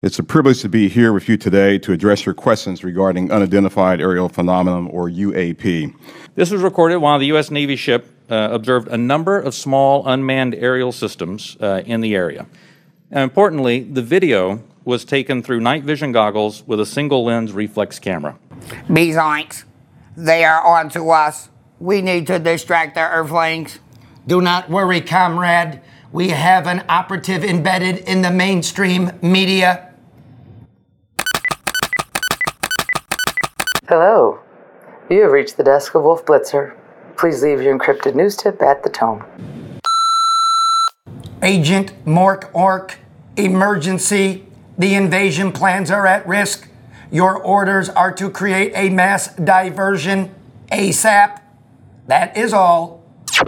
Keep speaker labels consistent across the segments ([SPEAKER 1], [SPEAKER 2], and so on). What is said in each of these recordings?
[SPEAKER 1] It's a privilege to be here with you today to address your questions regarding Unidentified Aerial Phenomenon, or UAP.
[SPEAKER 2] This was recorded while the U.S. Navy ship uh, observed a number of small unmanned aerial systems uh, in the area. And importantly, the video was taken through night vision goggles with a single lens reflex camera.
[SPEAKER 3] Bezonks, they are onto us. We need to distract their earthlings.
[SPEAKER 4] Do not worry, comrade. We have an operative embedded in the mainstream media.
[SPEAKER 5] Hello. You have reached the desk of Wolf Blitzer. Please leave your encrypted news tip at the tone.
[SPEAKER 4] Agent Mork Ork, emergency. The invasion plans are at risk. Your orders are to create a mass diversion ASAP. That is all.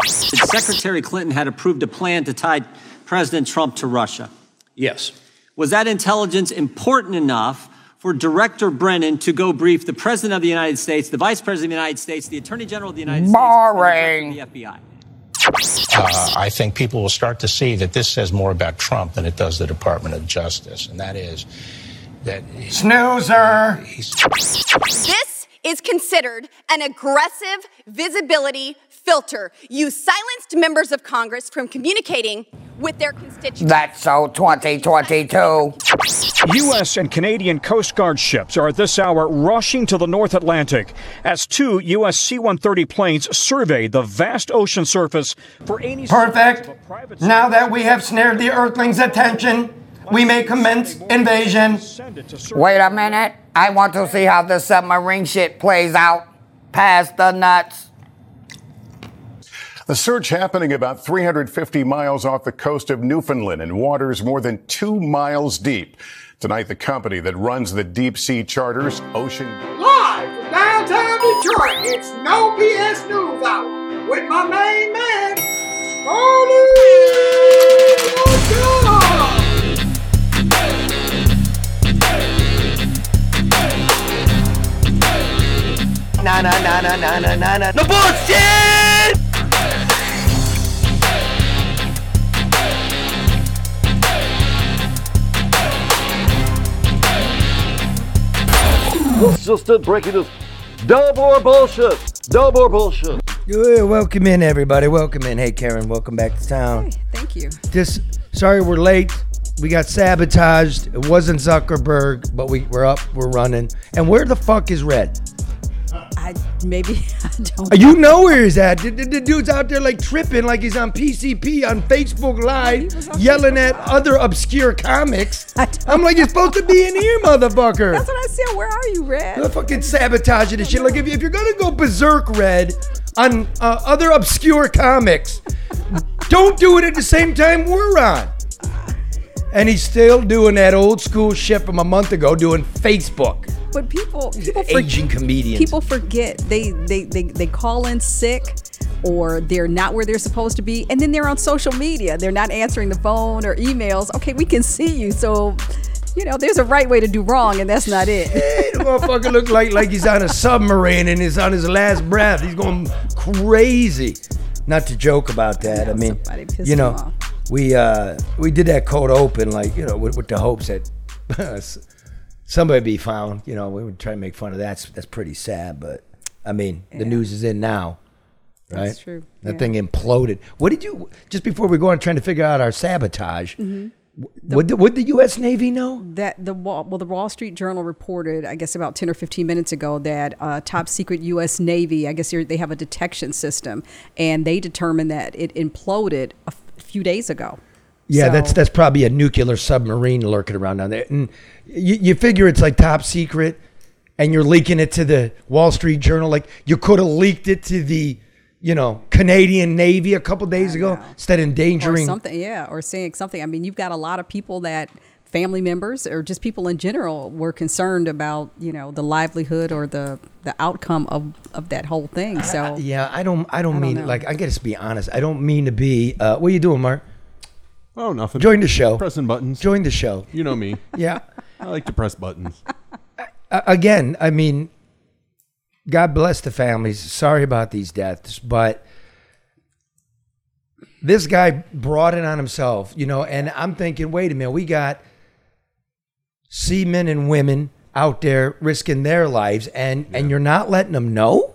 [SPEAKER 6] Secretary Clinton had approved a plan to tie President Trump to Russia.
[SPEAKER 7] Yes.
[SPEAKER 6] Was that intelligence important enough for Director Brennan to go brief the President of the United States, the Vice President of the United States, the Attorney General of the United
[SPEAKER 3] Boring.
[SPEAKER 6] States, and the, Director of
[SPEAKER 8] Uh, I think people will start to see that this says more about Trump than it does the Department of Justice, and that is that
[SPEAKER 4] Snoozer.
[SPEAKER 8] he's.
[SPEAKER 9] This is considered an aggressive visibility filter. You silenced members of Congress from communicating with their constituents.
[SPEAKER 3] That's so 2022.
[SPEAKER 10] U.S. and Canadian Coast Guard ships are at this hour rushing to the North Atlantic as two U.S. C 130 planes survey the vast ocean surface for any.
[SPEAKER 4] Perfect. Now that we have snared the Earthlings' attention, we may commence invasion.
[SPEAKER 3] Wait a minute. I want to see how this submarine shit plays out. Pass the nuts.
[SPEAKER 11] The search happening about 350 miles off the coast of Newfoundland in waters more than two miles deep. Tonight, the company that runs the deep sea charters, Ocean.
[SPEAKER 12] Live from downtown Detroit, it's No BS News Hour with my main man, Smoley O'Donnell.
[SPEAKER 5] Na na na na na na na na.
[SPEAKER 12] The bullshit!
[SPEAKER 13] Consistent breaking news. Dub or bullshit. Dub or bullshit.
[SPEAKER 14] Good. Welcome in, everybody. Welcome in. Hey, Karen. Welcome back to town.
[SPEAKER 15] Thank you.
[SPEAKER 14] Just sorry we're late. We got sabotaged. It wasn't Zuckerberg, but we, we're up. We're running. And where the fuck is Red?
[SPEAKER 15] I maybe I don't.
[SPEAKER 14] You know where he's at. The, the- the dude's out there like tripping, like he's on PCP on Facebook Live, yelling at other obscure comics. I'm like, you're supposed to be in here, motherfucker.
[SPEAKER 15] That's what I said. Where are you, Red?
[SPEAKER 14] They're fucking sabotaging this shit. Like if, you, if you're gonna go berserk red on uh, other obscure comics, don't do it at the same time we're on. And he's still doing that old school shit from a month ago, doing Facebook.
[SPEAKER 15] But people, people
[SPEAKER 14] Aging
[SPEAKER 15] forget,
[SPEAKER 14] comedians.
[SPEAKER 15] people forget they, they they they call in sick, or they're not where they're supposed to be, and then they're on social media. They're not answering the phone or emails. Okay, we can see you, so you know there's a right way to do wrong, and that's not it.
[SPEAKER 14] The motherfucker look like like he's on a submarine and he's on his last breath. He's going crazy. Not to joke about that. I mean,
[SPEAKER 15] somebody pissed
[SPEAKER 14] you know,
[SPEAKER 15] him off.
[SPEAKER 14] we uh we did that cold open like you know with, with the hopes that s- somebody be found. You know, we would try to make fun of that. That's that's pretty sad, but I mean, the news is in now. Right?
[SPEAKER 15] That's true,
[SPEAKER 14] That
[SPEAKER 15] yeah.
[SPEAKER 14] thing imploded. What did you just before we go on trying to figure out our sabotage?
[SPEAKER 15] Mm-hmm.
[SPEAKER 14] wh- What did, what the U.S. Navy know?
[SPEAKER 15] that the Wall, well, the Wall Street Journal reported, I guess, about ten or fifteen minutes ago, that uh, top secret U.S. Navy, I guess, you're- they have a detection system, and they determined that it imploded a f- few days ago.
[SPEAKER 14] Yeah, that's
[SPEAKER 15] So-
[SPEAKER 14] that's probably a nuclear submarine lurking around down there, and you, you figure it's like top secret, and you're leaking it to the Wall Street Journal. Like you could have leaked it to the, you know, Canadian Navy a couple days ago instead of endangering.
[SPEAKER 15] or something yeah or saying something i mean you've got a lot of people that family members or just people in general were concerned about you know the livelihood or the the outcome of of that whole thing so
[SPEAKER 14] Yeah, I don't, I don't mean
[SPEAKER 15] know.
[SPEAKER 14] like I gotta be honest. I don't mean to be. Uh, what are you doing, Mark?
[SPEAKER 16] Oh, nothing.
[SPEAKER 14] Join the show.
[SPEAKER 16] Pressing buttons.
[SPEAKER 14] Join the show.
[SPEAKER 16] You know me.
[SPEAKER 14] Yeah.
[SPEAKER 16] I like to press buttons.
[SPEAKER 14] A- again, I mean, God bless the families. Sorry about these deaths, but this guy brought it on himself, you know. And I'm thinking, wait a minute, we got seamen and women out there risking their lives, and and you're not letting them know.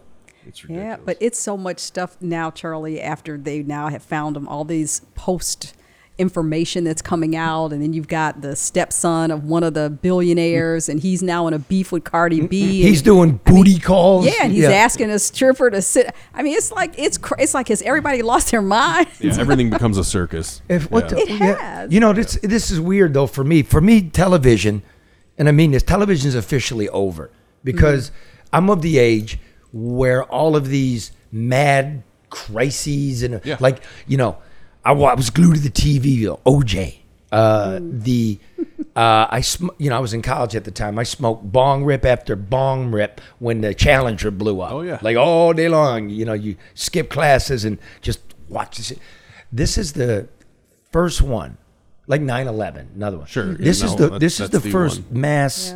[SPEAKER 15] Yeah, but it's so much stuff now, Charlie. After they now have found them, all these post information that's coming out, and then you've got the stepson of one of the billionaires, and he's now in a beef with Cardi B.
[SPEAKER 14] He's
[SPEAKER 15] and-
[SPEAKER 14] doing booty calls.
[SPEAKER 15] Yeah, and he's asking a stripper to sit. I mean, it's like it's cra- it's like has everybody lost their mind?
[SPEAKER 6] Yeah, everything becomes a circus.
[SPEAKER 14] If what
[SPEAKER 6] Yeah.
[SPEAKER 14] the, yeah. You know, this this is weird though for me. For me, television, and I mean this, television is officially over because I'm of the age where all of these mad crises and like you know, I, wa- I was glued to the TV. You know, OJ, uh, the uh, I sm- you know I was in college at the time. I smoked bong rip after bong rip when the Challenger blew up. Oh yeah, like all day long. You know, you skip classes and just watch this. This is the first one, like 9-11, another one. Sure.
[SPEAKER 6] yeah,
[SPEAKER 14] This
[SPEAKER 6] no,
[SPEAKER 14] is the
[SPEAKER 6] that's-
[SPEAKER 14] this is
[SPEAKER 6] that's
[SPEAKER 14] the,
[SPEAKER 6] the
[SPEAKER 14] first mass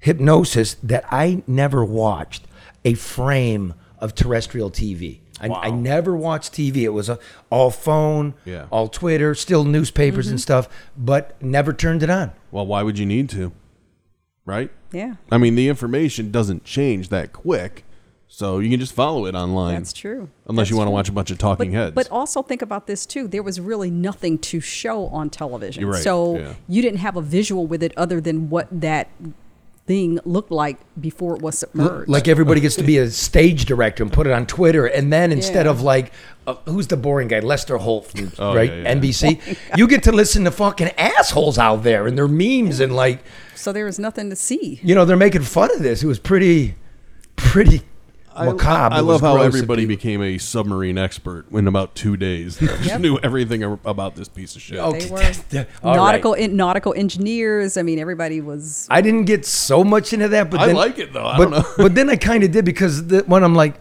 [SPEAKER 14] hypnosis that I never watched a frame of terrestrial TV. I, I never watched TV. It was uh all phone,
[SPEAKER 6] Yeah.
[SPEAKER 14] all Twitter, still newspapers and stuff, but never turned it on.
[SPEAKER 6] Well, why would you need to? Right?
[SPEAKER 15] Yeah.
[SPEAKER 6] I mean, the information doesn't change that quick, so you can just follow it online.
[SPEAKER 15] That's true.
[SPEAKER 6] Unless you want
[SPEAKER 15] That's
[SPEAKER 6] to
[SPEAKER 15] true.
[SPEAKER 6] watch a bunch of talking heads.
[SPEAKER 15] But also think about this too. There was really nothing to show on television,
[SPEAKER 6] You're right,
[SPEAKER 15] so
[SPEAKER 6] yeah.
[SPEAKER 15] you didn't have a visual with it other than what that thing looked like before it was submerged.
[SPEAKER 14] Like everybody gets to be a stage director and put it on Twitter, and then instead
[SPEAKER 15] Yeah.
[SPEAKER 14] of like, uh, who's the boring guy, Lester Holt from
[SPEAKER 6] Oh,
[SPEAKER 14] right
[SPEAKER 6] yeah, yeah.
[SPEAKER 14] NBC, you get to listen to fucking assholes out there and their memes and like,
[SPEAKER 15] so there was nothing to see.
[SPEAKER 14] you know, they're making fun of this. It was pretty, pretty macabre.
[SPEAKER 6] I
[SPEAKER 14] It
[SPEAKER 6] love
[SPEAKER 14] was
[SPEAKER 6] how
[SPEAKER 14] gross.
[SPEAKER 6] everybody became a submarine expert in about two days. They just
[SPEAKER 15] Yep.
[SPEAKER 6] knew everything ar- about this piece of shit.
[SPEAKER 14] Oh,
[SPEAKER 15] They were nautical en- nautical engineers. I mean, everybody was.
[SPEAKER 14] I didn't get so much into that, but
[SPEAKER 6] I
[SPEAKER 14] then,
[SPEAKER 6] like it, though. I
[SPEAKER 14] but,
[SPEAKER 6] don't know.
[SPEAKER 14] but then I kind of did because the, when I'm like,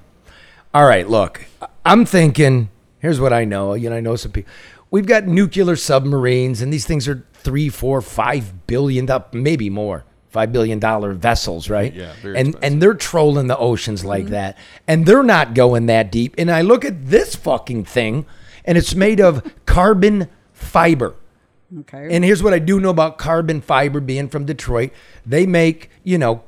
[SPEAKER 14] all right, look, I'm thinking. Here's what I know. You know, I know some people. We've got nuclear submarines, and these things are three, four, five billion, do- maybe more, five billion dollar vessels, right?
[SPEAKER 6] Yeah, very
[SPEAKER 14] And and they're trolling the oceans like that, and they're not going that deep. And I look at this fucking thing, and it's made of carbon fiber.
[SPEAKER 15] Okay.
[SPEAKER 14] And here's what I do know about carbon fiber being from Detroit. They make, you know,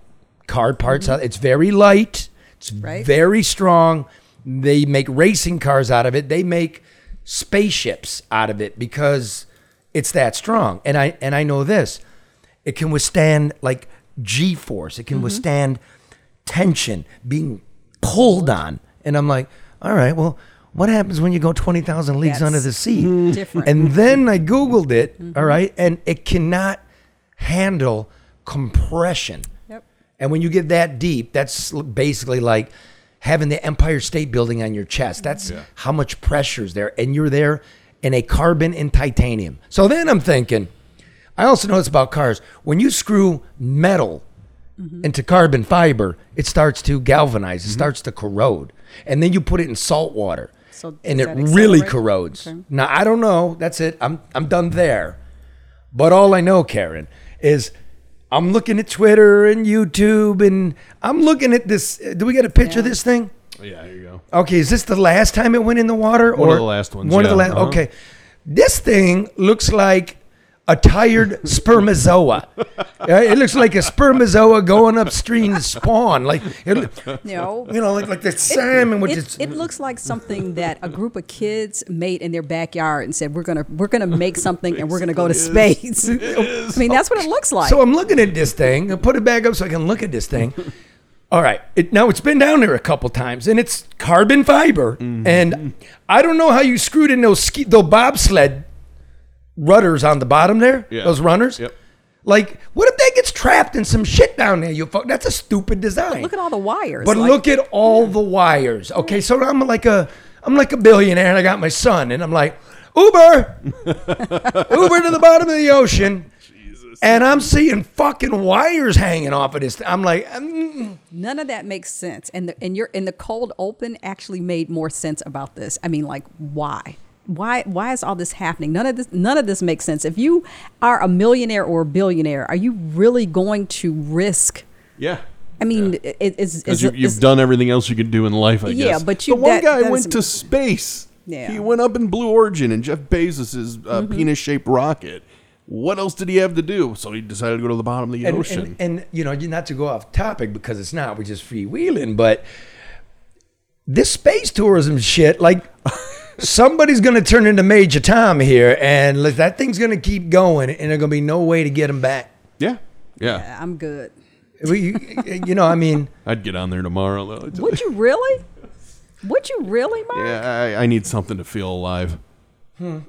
[SPEAKER 14] car parts out. It's very light. It's
[SPEAKER 15] Right.
[SPEAKER 14] very strong. They make racing cars out of it. They make spaceships out of it because it's that strong. And I and I know this. It can withstand like G force. It can withstand tension being pulled on. And I'm like, all right, well, what happens when you go 20,000 leagues
[SPEAKER 15] That's
[SPEAKER 14] under the sea?
[SPEAKER 15] different. Mm-hmm.
[SPEAKER 14] And then I Googled it, all right, and it cannot handle compression.
[SPEAKER 15] Yep.
[SPEAKER 14] And when you get that deep, that's l- basically like having the Empire State Building on your
[SPEAKER 15] Mm-hmm.
[SPEAKER 14] chest. That's
[SPEAKER 6] Yeah.
[SPEAKER 14] how much pressure's there. And you're there in a carbon and titanium. So then I'm thinking, I also know it's about cars. When you screw metal
[SPEAKER 15] Mm-hmm.
[SPEAKER 14] into carbon fiber, it starts to galvanize, it starts to corrode. And then you put it in salt water.
[SPEAKER 15] So
[SPEAKER 14] and it
[SPEAKER 15] does that
[SPEAKER 14] really
[SPEAKER 15] accelerate?
[SPEAKER 14] corrodes.
[SPEAKER 15] Okay.
[SPEAKER 14] Now I don't know. That's it. I'm I'm done there. But all I know, Karen, is I'm looking at Twitter and YouTube and I'm looking at this. Do we get a picture of this thing?
[SPEAKER 6] Oh, yeah, here you go.
[SPEAKER 14] Okay, is this the last time it went in the water?
[SPEAKER 6] One of the last ones,
[SPEAKER 14] One of the
[SPEAKER 6] yeah.
[SPEAKER 14] last.
[SPEAKER 6] Uh-huh.
[SPEAKER 14] Okay, this thing looks like a tired spermazoa. Uh, it looks like a spermazoa going upstream to spawn. Like it,
[SPEAKER 15] No.
[SPEAKER 14] you know, like like the salmon with
[SPEAKER 15] it,
[SPEAKER 14] its.
[SPEAKER 15] it looks like something that a group of kids made in their backyard and said, "We're gonna we're gonna make something and we're gonna go to
[SPEAKER 14] Basically
[SPEAKER 15] space." I mean, that's what it looks like.
[SPEAKER 14] So I'm looking at this thing. I put it back up so I can look at this thing. All right. It, now it's been down there a couple times, and it's carbon fiber.
[SPEAKER 15] Mm-hmm.
[SPEAKER 14] And I don't know how you screwed in those ski, those bobsled rudders on the bottom there.
[SPEAKER 6] Yeah.
[SPEAKER 14] Those runners.
[SPEAKER 6] Yep.
[SPEAKER 14] Like, what if that gets trapped in some shit down there? You fuck. That's a stupid design.
[SPEAKER 15] look at all the wires.
[SPEAKER 14] But
[SPEAKER 15] like-
[SPEAKER 14] look at all the wires. Okay, so I'm like a I'm like a billionaire and I got my son and I'm like, Uber! Uber to the bottom of the ocean. And I'm seeing fucking wires hanging off of this. I'm like, mm,
[SPEAKER 15] None of that makes sense, and the, and your and the cold open actually made more sense about this. I mean, like why? Why, why is all this happening? None of this none of this makes sense. If you are a millionaire or a billionaire, are you really going to risk?
[SPEAKER 6] Yeah.
[SPEAKER 15] I mean, it, it's,
[SPEAKER 6] Because
[SPEAKER 15] it's,
[SPEAKER 6] you,
[SPEAKER 15] it's
[SPEAKER 6] you've done everything else you could do in life, I
[SPEAKER 15] Yeah,
[SPEAKER 6] guess.
[SPEAKER 15] but you-
[SPEAKER 6] The one
[SPEAKER 15] that-
[SPEAKER 6] guy
[SPEAKER 15] that
[SPEAKER 6] went
[SPEAKER 15] doesn't-
[SPEAKER 6] to space.
[SPEAKER 15] Yeah. Mm-hmm.
[SPEAKER 6] He went up in Blue Origin and Jeff Bezos's uh, penis-shaped rocket. What else did he have to do? So he decided to go to the bottom of the
[SPEAKER 14] and,
[SPEAKER 6] ocean.
[SPEAKER 14] And, and you know, not to go off topic because it's not, we're just freewheeling, but this space tourism shit, like somebody's going to turn into Major Tom here, and like, that thing's going to keep going, and there's going to be no way to get him back.
[SPEAKER 6] Yeah, yeah.
[SPEAKER 15] Yeah, I'm good.
[SPEAKER 14] We, you, you know, I mean,
[SPEAKER 6] I'd get on there tomorrow though. It's-
[SPEAKER 15] Would you really? Would you really, Mark?
[SPEAKER 6] Yeah, I, I need something to feel alive.
[SPEAKER 15] Hmm.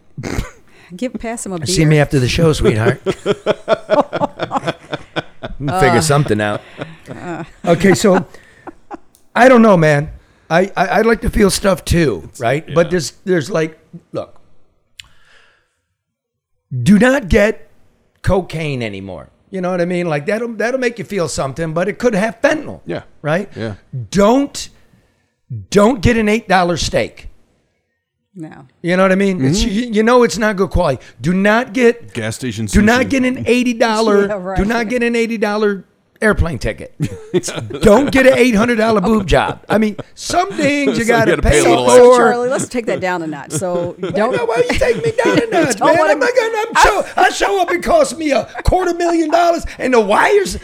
[SPEAKER 15] Give pass him a beer.
[SPEAKER 14] see me after the show, sweetheart. We'll figure
[SPEAKER 15] Uh,
[SPEAKER 14] something out.
[SPEAKER 15] uh.
[SPEAKER 14] okay, so I don't know, man. I, I I like to feel stuff too, right? But there's there's like, look, do not get cocaine anymore. You know what I mean? Like that'll that'll make you feel something, but it could have fentanyl.
[SPEAKER 6] Yeah.
[SPEAKER 14] Right.
[SPEAKER 6] Yeah.
[SPEAKER 14] Don't don't get an eight dollar steak.
[SPEAKER 15] No.
[SPEAKER 14] You know what I mean? It's,
[SPEAKER 15] Mm-hmm.
[SPEAKER 6] Mhm.
[SPEAKER 14] you, you know it's not good quality. Do not get
[SPEAKER 6] Gas station.
[SPEAKER 14] do not
[SPEAKER 6] sushi.
[SPEAKER 14] get an eighty dollar.
[SPEAKER 15] Yeah, right.
[SPEAKER 14] Do not get an eighty dollar airplane ticket. Don't get an eight hundred dollar boob job. I mean, some things you
[SPEAKER 15] So you
[SPEAKER 14] got to
[SPEAKER 15] gotta
[SPEAKER 14] pay,
[SPEAKER 15] pay a little
[SPEAKER 14] for.
[SPEAKER 15] extra. Charlie, let's take that down a notch. So don't.
[SPEAKER 14] why you take me down a notch,
[SPEAKER 15] Don't
[SPEAKER 14] man?
[SPEAKER 15] wanna-
[SPEAKER 14] I'm not gonna. I'm show, I show up. It costs me a quarter million dollars, and the wires.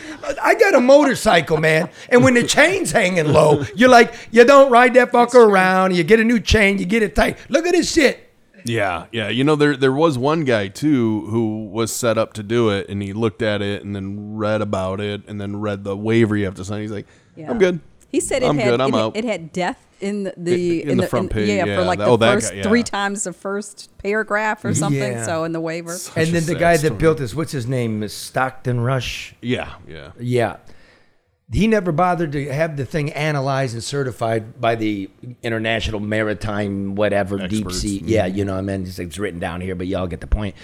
[SPEAKER 14] I got a motorcycle, man. And when the chain's hanging low, you're like, you don't ride that fucker around. You get a new chain. You get it tight. Look at this shit.
[SPEAKER 6] Yeah, yeah. You know, there there was one guy too who was set up to do it, and he looked at it, and then read about it, and then read the waiver you have to sign. He's like,
[SPEAKER 15] Yeah.
[SPEAKER 6] "I'm good."
[SPEAKER 15] He said it
[SPEAKER 6] I'm
[SPEAKER 15] had
[SPEAKER 6] good, I'm
[SPEAKER 15] it,
[SPEAKER 6] out.
[SPEAKER 15] Had, it had death in the,
[SPEAKER 6] I-
[SPEAKER 15] the
[SPEAKER 6] in the front page,
[SPEAKER 15] Yeah, for
[SPEAKER 6] yeah,
[SPEAKER 15] like
[SPEAKER 6] that-
[SPEAKER 15] the
[SPEAKER 6] oh, that
[SPEAKER 15] first
[SPEAKER 6] guy, yeah.
[SPEAKER 15] three times the first paragraph or something.
[SPEAKER 14] Yeah.
[SPEAKER 15] So in the waiver.
[SPEAKER 14] and then the guy that built this, what's his name, is Stockton Rush.
[SPEAKER 6] Yeah, yeah.
[SPEAKER 14] yeah. He never bothered to have the thing analyzed and certified by the International Maritime whatever deep
[SPEAKER 6] Experts.
[SPEAKER 14] sea.
[SPEAKER 6] Mhm.
[SPEAKER 14] Yeah, you know, I mean, it's, it's written down here, but y'all get the point.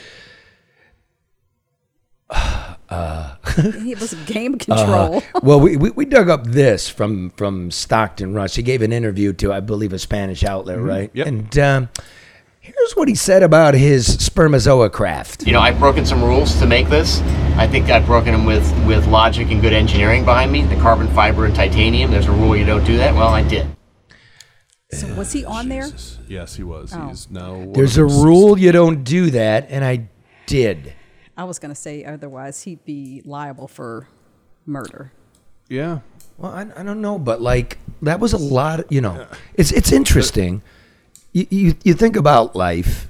[SPEAKER 14] Uh,
[SPEAKER 15] it was game control.
[SPEAKER 14] uh, well, we, we we dug up this from from Stockton Rush. He gave an interview to, I believe, a Spanish
[SPEAKER 6] Mm-hmm.
[SPEAKER 14] outlet,
[SPEAKER 4] Mhm.
[SPEAKER 14] right?
[SPEAKER 4] Yep.
[SPEAKER 14] And um, here's what he said about his spermazoa craft.
[SPEAKER 4] You know, I've broken some rules to make this. I think I've broken them with, with logic and good engineering behind me. The carbon fiber and titanium, there's a rule you don't do that. Well, I did.
[SPEAKER 15] so was he on there?
[SPEAKER 6] Yes, he was.
[SPEAKER 15] Oh.
[SPEAKER 6] He's now. one
[SPEAKER 14] There's a
[SPEAKER 6] of those-
[SPEAKER 14] rule you don't do that, and I did.
[SPEAKER 15] I was going to say otherwise he'd be liable for murder.
[SPEAKER 6] Yeah.
[SPEAKER 14] Well, I, I don't know, but like that was a lot. you know, it's it's interesting. You, you you think about life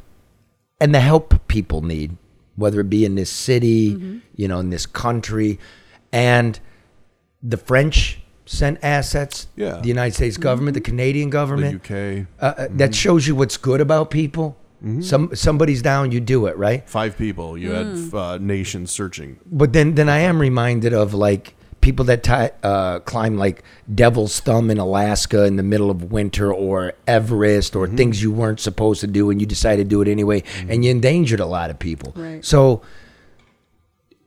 [SPEAKER 14] and the help people need, whether it be in this city, you know, in this country, and the French sent assets.
[SPEAKER 6] Yeah.
[SPEAKER 14] the United States government, the Canadian government,
[SPEAKER 6] UK.
[SPEAKER 14] Uh, uh, That shows you what's good about people. Some somebody's down, you do it right.
[SPEAKER 6] Five people. You
[SPEAKER 14] Mm.
[SPEAKER 6] had uh, nations searching.
[SPEAKER 14] But then, then I am reminded of like people that ti uh, climb like Devil's Thumb in Alaska in the middle of winter, or Everest, or things you weren't supposed to do, and you decided to do it anyway, and you endangered a lot of people.
[SPEAKER 15] Right.
[SPEAKER 14] So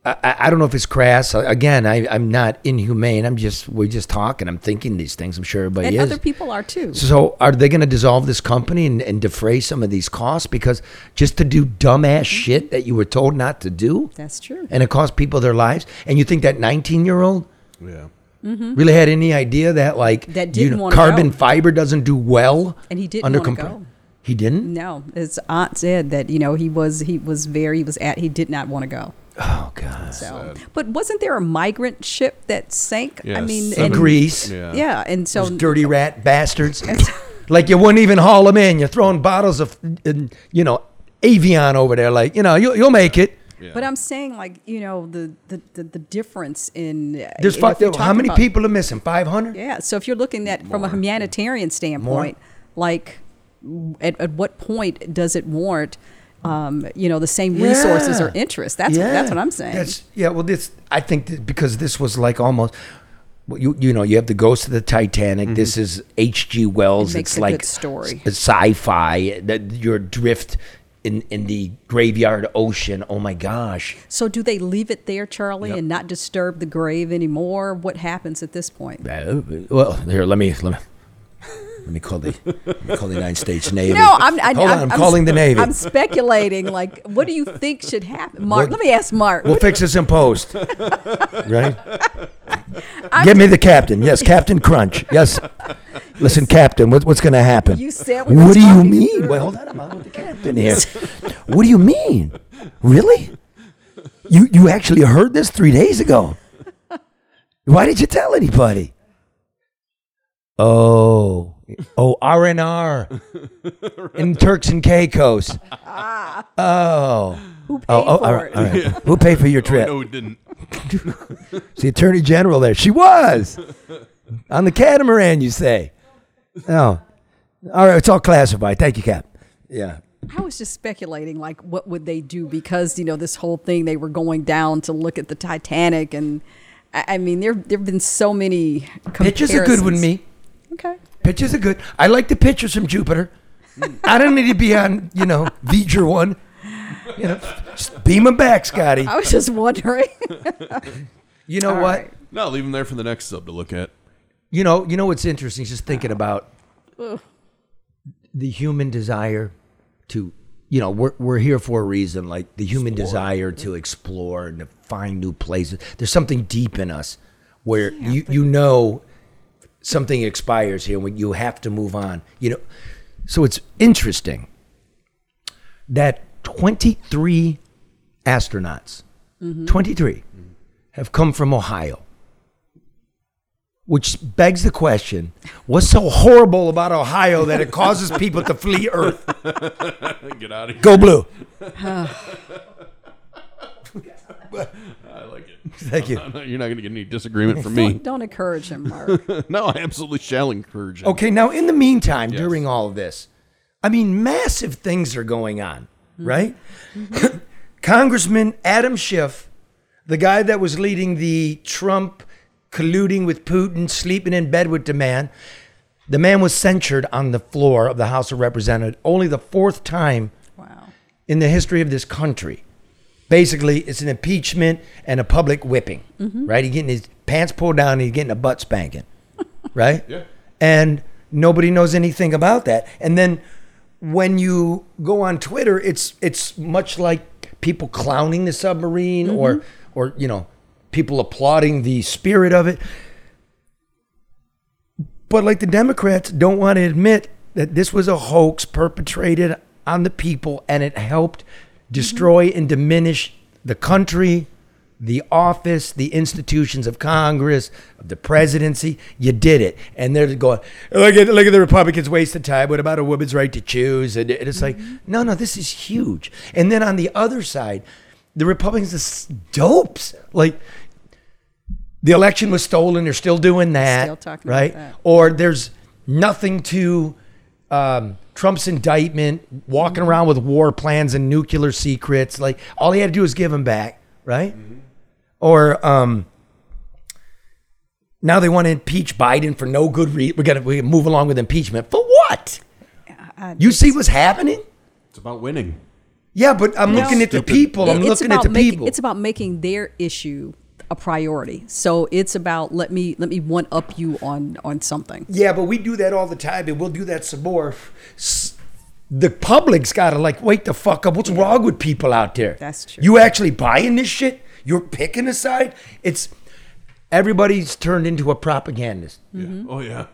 [SPEAKER 14] I- I, I don't know if it's crass. A- Again, I, I'm not inhumane. I'm just we're just talking. I'm thinking these things. I'm sure everybody
[SPEAKER 15] and
[SPEAKER 14] is.
[SPEAKER 15] other people are too.
[SPEAKER 14] So are they going to dissolve this company and, and defray some of these costs because just to do dumbass shit that you were told not to do?
[SPEAKER 15] Mm-hmm. That's true.
[SPEAKER 14] And it cost people their lives. And you think that 19 year old
[SPEAKER 6] Yeah.
[SPEAKER 15] Mhm.
[SPEAKER 14] really had any idea that like
[SPEAKER 15] That
[SPEAKER 14] you
[SPEAKER 15] didn't
[SPEAKER 14] know,
[SPEAKER 15] wanna
[SPEAKER 14] carbon
[SPEAKER 15] go.
[SPEAKER 14] fiber doesn't do well
[SPEAKER 15] And he didn't
[SPEAKER 14] under
[SPEAKER 15] wanna
[SPEAKER 14] compra-
[SPEAKER 15] go.
[SPEAKER 14] He didn't.
[SPEAKER 15] No, his aunt said that you know he was he was very he was at he did not want to go.
[SPEAKER 14] Oh god.
[SPEAKER 15] So, but wasn't there a migrant ship that sank? I
[SPEAKER 14] Yes,
[SPEAKER 15] mean,
[SPEAKER 14] in Greece.
[SPEAKER 15] Yeah.
[SPEAKER 14] Yeah.
[SPEAKER 15] and so
[SPEAKER 14] Those dirty rat bastards. like you wouldn't even haul them in. You're throwing bottles of and, you know Avion over there. Like you know you'll, you'll make it.
[SPEAKER 15] But I'm saying, like, you know, the the, the, the difference in uh,
[SPEAKER 14] There's
[SPEAKER 15] if
[SPEAKER 14] fuck,
[SPEAKER 15] you're
[SPEAKER 14] how
[SPEAKER 15] talking
[SPEAKER 14] many
[SPEAKER 15] about-
[SPEAKER 14] people are missing? 500?
[SPEAKER 15] Yeah. So if you're looking at from a humanitarian standpoint, like, w- at, at what point does it warrant, um, you know, the same resources or
[SPEAKER 14] Yeah.
[SPEAKER 15] interest? That's that's what I'm saying.
[SPEAKER 14] That's- yeah. Well, this I think that because this was like almost. well, You, you know you have the ghost of the Titanic. This is H.G. Wells.
[SPEAKER 15] It makes
[SPEAKER 14] it's
[SPEAKER 15] a
[SPEAKER 14] like
[SPEAKER 15] good story.
[SPEAKER 14] s- sci-fi. That you're adrift in in the graveyard ocean. Oh my gosh!
[SPEAKER 15] so do they leave it there, Charlie, and not disturb the grave anymore? What happens at this point?
[SPEAKER 14] Uh, Well, here let me let me let me call the let me call the United States Navy.
[SPEAKER 15] No, I'm. I,
[SPEAKER 14] Hold
[SPEAKER 15] I'm,
[SPEAKER 14] on, I'm calling the Navy.
[SPEAKER 15] I'm speculating. Like, what do you think should happen, Mark?
[SPEAKER 14] What-
[SPEAKER 15] let me ask Mark.
[SPEAKER 14] We'll
[SPEAKER 15] What-
[SPEAKER 14] fix this in post. Right? Give me the captain. Yes, Captain Crunch. Yes. Listen, Captain, what, what's going to happen?
[SPEAKER 15] You said we were
[SPEAKER 14] What do you
[SPEAKER 15] talking
[SPEAKER 14] mean?
[SPEAKER 15] through-
[SPEAKER 14] Well, hold on. I'm out with the captain here. what do you mean? Really? you, you actually heard this three days ago. Why did you tell anybody? Oh, oh, R and R in Turks and Caicos.
[SPEAKER 15] Ah.
[SPEAKER 14] Oh, who paid oh,
[SPEAKER 6] for
[SPEAKER 14] all right,
[SPEAKER 6] it?
[SPEAKER 14] all right.
[SPEAKER 6] Yeah.
[SPEAKER 14] Who paid for your
[SPEAKER 6] Oh,
[SPEAKER 14] trip?
[SPEAKER 6] no, it didn't.
[SPEAKER 14] it's the Attorney General there. She was on the catamaran. You say? Oh, all right. It's all classified. Thank you, Cap. Yeah.
[SPEAKER 15] I was just speculating, like, what would they do because you know this whole thing they were going down to look at the Titanic, and I, I mean there there've been so many
[SPEAKER 14] Pictures are good with
[SPEAKER 15] comparisons.
[SPEAKER 14] me.
[SPEAKER 15] Okay.
[SPEAKER 14] Pictures are good. I like the pictures from Jupiter. I don't need to be on, you know, V'ger one. You know, just beam 'em back, Scotty.
[SPEAKER 15] I was just wondering.
[SPEAKER 14] You know what?
[SPEAKER 6] No, leave them there for the next sub to look at.
[SPEAKER 14] You know, you know what's interesting? is Just thinking about
[SPEAKER 15] Ugh.
[SPEAKER 14] the human desire to you know we're, we're here for a reason like the human desire to explore and to find new places there's something deep in us where you, you know something expires here when you have to move on you know so it's interesting that 23 astronauts
[SPEAKER 17] Mhm.
[SPEAKER 14] 23 have come from ohio which begs the question what's so horrible about ohio that it causes people to flee earth
[SPEAKER 6] Get out of here.
[SPEAKER 14] Go blue.
[SPEAKER 6] I like it.
[SPEAKER 14] Thank you.
[SPEAKER 6] You're not going to get any disagreement from me.
[SPEAKER 15] Don't, don't encourage him, Mark.
[SPEAKER 6] no, I absolutely shall encourage him.
[SPEAKER 14] Okay, now in the meantime, during all of this, I mean, massive things are going on, right? Congressman Adam Schiff, the guy that was leading the Trump colluding with Putin, sleeping in bed with the man, the man was censured on the floor of the House of Representatives only the fourth time in the history of this country. Basically, it's an impeachment and a public whipping,
[SPEAKER 17] Mhm.
[SPEAKER 14] right? He's getting his pants pulled down and he's getting a butt spanking, right?
[SPEAKER 17] Yeah.
[SPEAKER 14] And nobody knows anything about that. And then when you go on Twitter, it's it's much like people clowning the submarine or or you know, people applauding the spirit of it. But like the Democrats don't want to admit that this was a hoax perpetrated on the people and it helped destroy and diminish the country, the office, the institutions of Congress, of the presidency. You did it. And they're going, look at, look at the Republicans wasted time. What about a woman's right to choose? And it- it's like, no, no, this is huge. And then on the other side, the Republicans are s- dopes. Like, the election was stolen. They're still doing that,
[SPEAKER 15] Still talking about
[SPEAKER 14] right?
[SPEAKER 15] that.
[SPEAKER 14] Or there's nothing to um, Trump's indictment,
[SPEAKER 15] Mm-hmm.
[SPEAKER 14] walking around with war plans and nuclear secrets. Like all he had to do was give them back, right?
[SPEAKER 15] Mm-hmm.
[SPEAKER 14] Or um, now they want to impeach Biden for no good reason. We're gonna we gotta move along with impeachment for what? You see what's happening?
[SPEAKER 6] It's about winning.
[SPEAKER 14] Yeah, but I'm
[SPEAKER 15] No.
[SPEAKER 14] looking at the people. I'm
[SPEAKER 15] It- it's
[SPEAKER 14] looking at
[SPEAKER 15] about
[SPEAKER 14] the
[SPEAKER 15] making-
[SPEAKER 14] people.
[SPEAKER 15] It's about making their issue a priority. So it's about let me let me one up you on on something.
[SPEAKER 14] Yeah, but we do that all the time, and we'll do that some more. S- The public's got to like wake the fuck up. What's wrong with people out there?
[SPEAKER 15] That's true.
[SPEAKER 14] You actually buying this shit? You're picking a side? It's everybody's turned into a propagandist,
[SPEAKER 15] Mm-hmm.
[SPEAKER 6] Oh yeah.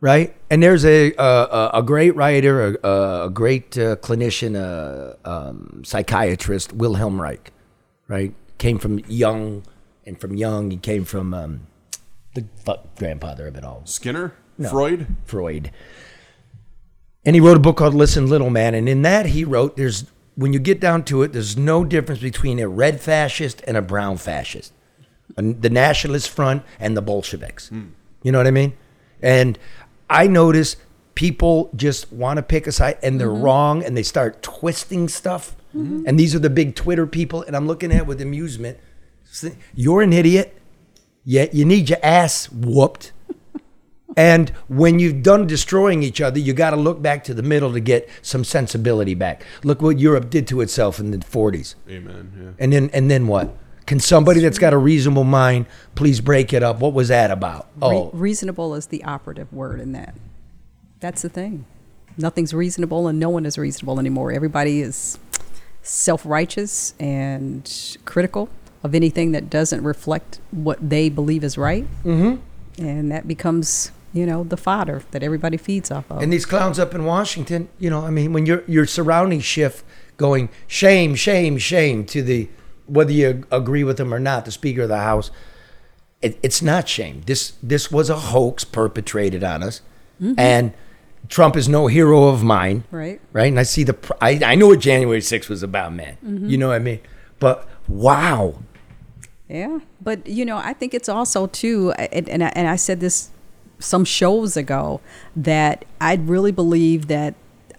[SPEAKER 14] right? And there's a a, a- a great writer, a, a great uh, clinician, a um, psychiatrist, Wilhelm Reich, right? Came from Young, and from Young, he came from um, the fuck grandfather of it all,
[SPEAKER 6] Skinner,
[SPEAKER 14] No.
[SPEAKER 6] Freud.
[SPEAKER 14] Freud. And he wrote a book called Listen, Little Man. And in that, he wrote, there's when you get down to it, there's no difference between a red fascist and a brown fascist, And the nationalist front and the Bolsheviks. You know what I mean? And I notice people just want to pick a side and they're wrong and they start twisting stuff.
[SPEAKER 17] Mhm.
[SPEAKER 14] And these are the big Twitter people. And I'm looking at it with amusement. You're an idiot. Yet you need your ass whooped. And when you've done destroying each other, you got to look back to the middle to get some sensibility back. Look what Europe did to itself in the 40s.
[SPEAKER 6] Amen. Yeah.
[SPEAKER 14] And then and then what? Can somebody that's got a reasonable mind please break it up? What was that about?
[SPEAKER 15] Re-
[SPEAKER 14] Oh,
[SPEAKER 15] reasonable is the operative word in that. That's the thing. Nothing's reasonable, and no one is reasonable anymore. Everybody is self righteous and critical of anything that doesn't reflect what they believe is right.
[SPEAKER 14] Mhm.
[SPEAKER 15] And that becomes, you know, the fodder that everybody feeds off of.
[SPEAKER 14] and these clowns up in Washington, you know, I mean, when you're you're surrounding shift going shame, shame, shame to the whether you agree with him or not, the Speaker of the House, it, it's not shame. This this was a hoax perpetrated on us,
[SPEAKER 15] Mhm.
[SPEAKER 14] and Trump is no hero of mine,
[SPEAKER 15] Right.
[SPEAKER 14] Right, and I see the pr- I I know what January 6th was about, man.
[SPEAKER 15] Mhm.
[SPEAKER 14] You know what I mean? But wow,
[SPEAKER 15] Yeah, but you know, I think it's also too, and and I, and I said this some shows ago that I really believe that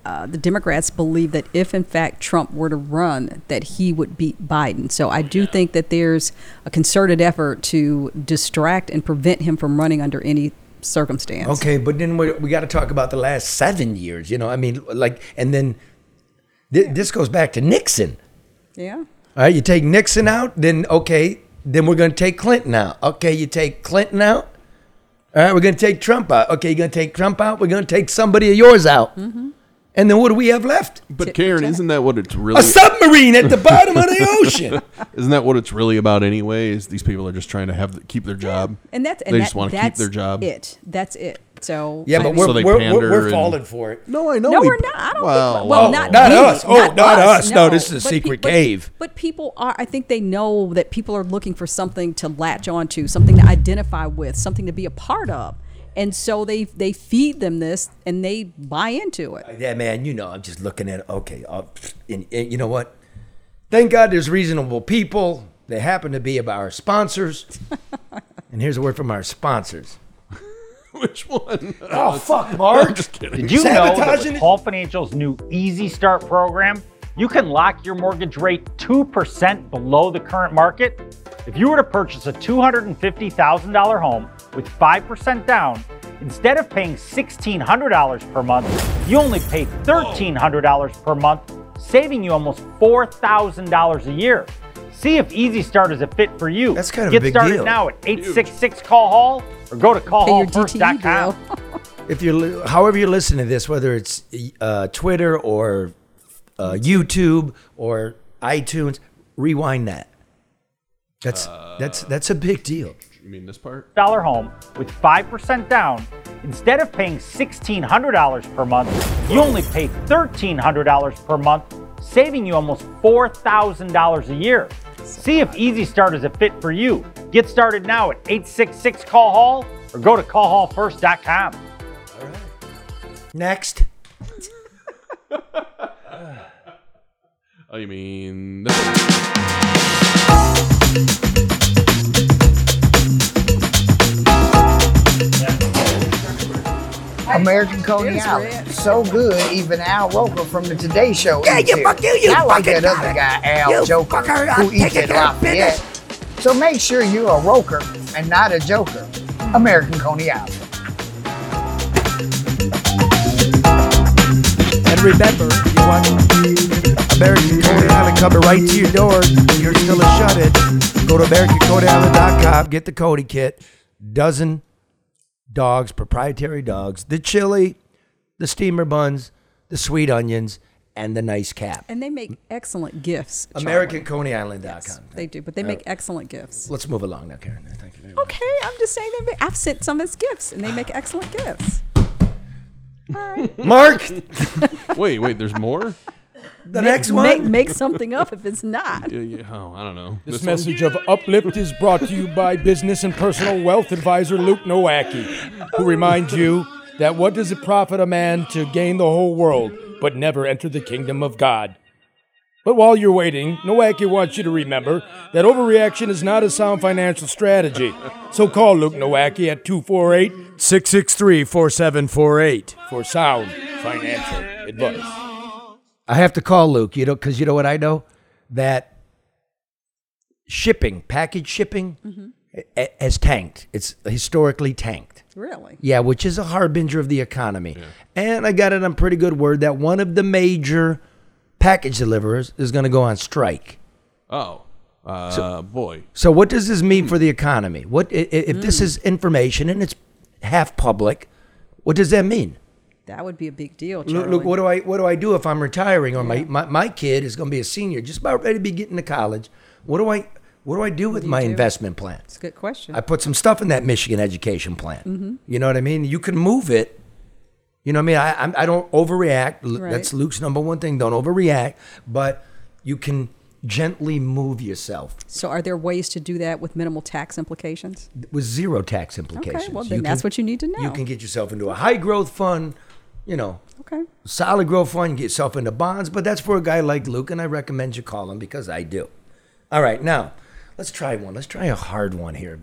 [SPEAKER 15] uh, the Democrats believe that if in fact Trump were to run, that he would beat Biden. So I do think that there's a concerted effort to distract and prevent him from running under any circumstance.
[SPEAKER 14] Okay, but then we, we got to talk about the last seven years. You know, I mean, like, and then thi- this goes back to Nixon.
[SPEAKER 15] Yeah.
[SPEAKER 14] All right, you take Nixon out, then okay, then we're going to take Clinton out. Okay, you take Clinton out. All right, we're going to take Trump out. Okay, you're going to take Trump out. We're going to take somebody of yours out. And then what do we have left?
[SPEAKER 6] But Karen, isn't that what it's really?
[SPEAKER 14] A submarine at the bottom of the ocean.
[SPEAKER 6] Isn't that what it's really about, anyway? Is these people are just trying to have the, keep their job,
[SPEAKER 15] And that's and
[SPEAKER 6] they
[SPEAKER 15] that,
[SPEAKER 6] just want to keep
[SPEAKER 15] that's
[SPEAKER 6] their job.
[SPEAKER 15] It. That's it. So
[SPEAKER 14] Yeah, but
[SPEAKER 15] I mean-
[SPEAKER 14] we're,
[SPEAKER 6] So they
[SPEAKER 14] we're,
[SPEAKER 6] pander
[SPEAKER 14] we're, we're
[SPEAKER 6] and-
[SPEAKER 14] falling for it.
[SPEAKER 6] No, I know.
[SPEAKER 15] No,
[SPEAKER 6] we-
[SPEAKER 15] we're not. I don't
[SPEAKER 6] Well,
[SPEAKER 15] think. Well,
[SPEAKER 6] well,
[SPEAKER 15] not,
[SPEAKER 14] not
[SPEAKER 15] we,
[SPEAKER 14] us. Oh, not us. No, this is a
[SPEAKER 15] But
[SPEAKER 14] secret
[SPEAKER 15] but-
[SPEAKER 14] cave.
[SPEAKER 15] But people are. I think they know that people are looking for something to latch onto, something to identify with, something to be a part of, and so they they feed them this and they buy into it.
[SPEAKER 14] Yeah, man, you know, I'm just looking at okay, uh, and, and you know what? Thank God there's reasonable people. They happen to be of our sponsors. and here's a word from our sponsors.
[SPEAKER 6] Which one?
[SPEAKER 14] Oh fuck, Mark!
[SPEAKER 6] just kidding.
[SPEAKER 17] Did you know that
[SPEAKER 14] Sabotaging
[SPEAKER 17] with
[SPEAKER 14] it?
[SPEAKER 17] Paul Financial's new Easy Start program, you can lock your mortgage rate 2% below the current market? If you were to purchase a $250,000 home with 5% down, instead of paying $1,600 per month, you only pay $1,300 per month, saving you almost $4,000 a year. See if Easy Start is a fit for you. That's kind
[SPEAKER 14] of a
[SPEAKER 17] Get
[SPEAKER 14] big
[SPEAKER 17] started
[SPEAKER 14] deal.
[SPEAKER 17] now at 866-CALL-HALL or go to callhallfirst.com.
[SPEAKER 14] If you're, li- however you're listening to this, whether it's uh, Twitter or uh, YouTube or iTunes, rewind that. That's that's that's a big deal.
[SPEAKER 6] You mean this part?
[SPEAKER 17] dollar home with 5% down, instead of paying $1,600 per month, you only pay $1,300 per month, saving you almost $4,000 a year. See if Easy Start is a fit for you. Get started now at 866 Call Hall or go to callhallfirst.com.
[SPEAKER 14] Next.
[SPEAKER 6] Oh, you mean this?
[SPEAKER 12] American Cognac. So good, even Al Roker from the Today Show.
[SPEAKER 4] Yeah,
[SPEAKER 12] eats
[SPEAKER 4] you
[SPEAKER 12] it.
[SPEAKER 4] fuck you, you
[SPEAKER 12] Not like that
[SPEAKER 4] fucking
[SPEAKER 12] other
[SPEAKER 4] got it.
[SPEAKER 12] guy, Al
[SPEAKER 4] You
[SPEAKER 12] Joker,
[SPEAKER 4] fucker,
[SPEAKER 12] who
[SPEAKER 4] I'm
[SPEAKER 12] eats
[SPEAKER 4] taking
[SPEAKER 12] at
[SPEAKER 4] care of
[SPEAKER 12] Lafayette. So make sure you're a Roker and not a Joker. American Cognac.
[SPEAKER 14] And remember, if you want American Code Island coming right to your door, you're still a shut it. Go to AmericanCodeIsland.com, get the Cody kit. Dozen dogs, proprietary dogs, the chili, the steamer buns, the sweet onions, and the nice cap.
[SPEAKER 15] And they make excellent gifts. Charlie.
[SPEAKER 14] AmericanConeyIsland.com.
[SPEAKER 15] They do, but they make excellent gifts.
[SPEAKER 14] Let's move along now, Karen. Thank you very much.
[SPEAKER 15] Okay, I'm just saying they make, I've sent some as gifts, and they make excellent gifts.
[SPEAKER 14] Mark.
[SPEAKER 6] wait, wait. There's more.
[SPEAKER 15] Make- Make, make something up if it's not.
[SPEAKER 6] Yeah, yeah, oh, I don't know.
[SPEAKER 18] This,
[SPEAKER 6] This one?
[SPEAKER 18] message of Uplift is brought to you by business and personal wealth advisor Luke Nowacki, who reminds you that what does it profit a man to gain the whole world but never enter the kingdom of God? But while you're waiting, Nowacki wants you to remember that overreaction is not a sound financial strategy. So call Luke Nowacki at 248 663 4748 for sound financial advice.
[SPEAKER 14] I have to call Luke, you know, because you know what I know? That shipping, package shipping, a- has tanked. It's historically tanked.
[SPEAKER 15] Really?
[SPEAKER 14] Yeah, which is a harbinger of the economy. And I got it on pretty good word that one of the major package deliverers is going to go on strike.
[SPEAKER 6] Oh, uh, boy.
[SPEAKER 14] So what does this mean for the economy? What i- i- if this is
[SPEAKER 6] Hmm.
[SPEAKER 14] information and it's half public? What does that mean?
[SPEAKER 15] That would be a big deal. Charlie.
[SPEAKER 14] Look, look, what do I what do I do if I'm retiring or my, my, my kid is going to be a senior, just about ready to be getting to college? What do I what do I do with
[SPEAKER 15] do you
[SPEAKER 14] my
[SPEAKER 15] do?
[SPEAKER 14] investment plan?
[SPEAKER 15] It's a good question.
[SPEAKER 14] I put some stuff in that Michigan education plan.
[SPEAKER 15] Mhm.
[SPEAKER 14] You know what I mean? You can move it. You know what I mean? I I'm- I don't overreact. L-
[SPEAKER 15] Right.
[SPEAKER 14] That's Luke's number one thing. Don't overreact, but you can gently move yourself
[SPEAKER 15] So, are there ways to do that with minimal tax implications?
[SPEAKER 14] with zero tax implications.
[SPEAKER 15] well, then that's what you need to
[SPEAKER 14] You
[SPEAKER 15] know.
[SPEAKER 14] can get yourself into a high growth fund, you know,
[SPEAKER 15] Okay.
[SPEAKER 14] solid growth fund, get yourself into bonds, but that's for a guy like Luke, and I recommend you call him because I do. All right, now let's try one. Let's try a hard one here.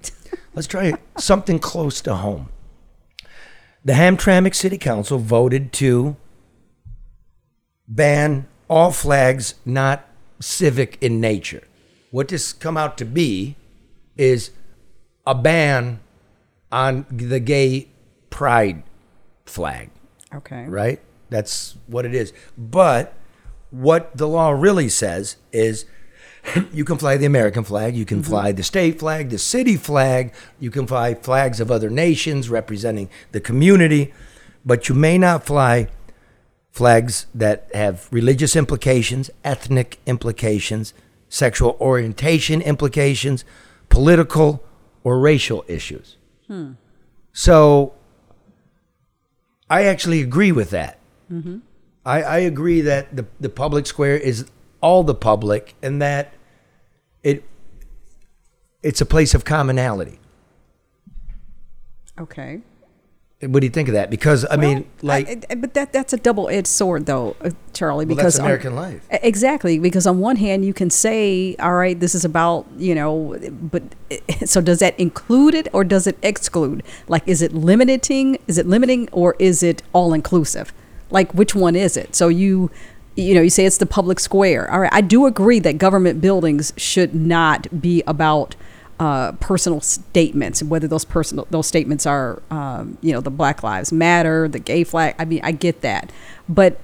[SPEAKER 14] let's try something close to home. The Hamtramck City Council voted to ban all flags not civic in nature. What this come out to be is a ban on the gay pride flag.
[SPEAKER 15] Okay.
[SPEAKER 14] Right? That's what it is. But what the law really says is you can fly the American flag, you can
[SPEAKER 15] Mm-hmm.
[SPEAKER 14] fly the state flag, the city flag, you can fly flags of other nations representing the community, but you may not fly flags that have religious implications, ethnic implications, sexual orientation implications, political or racial issues.
[SPEAKER 15] Hmm.
[SPEAKER 14] So I actually agree with that.
[SPEAKER 15] Mm-hmm.
[SPEAKER 14] I, I agree that the, the public square is all the public and that it it's a place of commonality.
[SPEAKER 15] Okay.
[SPEAKER 14] What do you think of that? Because I mean, like
[SPEAKER 15] I- I- but that that's a double-edged sword, though, uh, Charlie.
[SPEAKER 14] Well, that's
[SPEAKER 15] Because
[SPEAKER 14] American
[SPEAKER 15] on,
[SPEAKER 14] life.
[SPEAKER 15] E- Exactly, because on one hand, you can say, "All right, this is about you know," but so does that include it or does it exclude? Like, is it limiting? Is it limiting or is it all-inclusive? Like, which one is it? So you. You know, you say it's the public square. All right, I do agree that government buildings should not be about uh, personal statements, and whether those personal those statements are, um, you know, the Black Lives Matter, the gay flag. I mean, I get that, but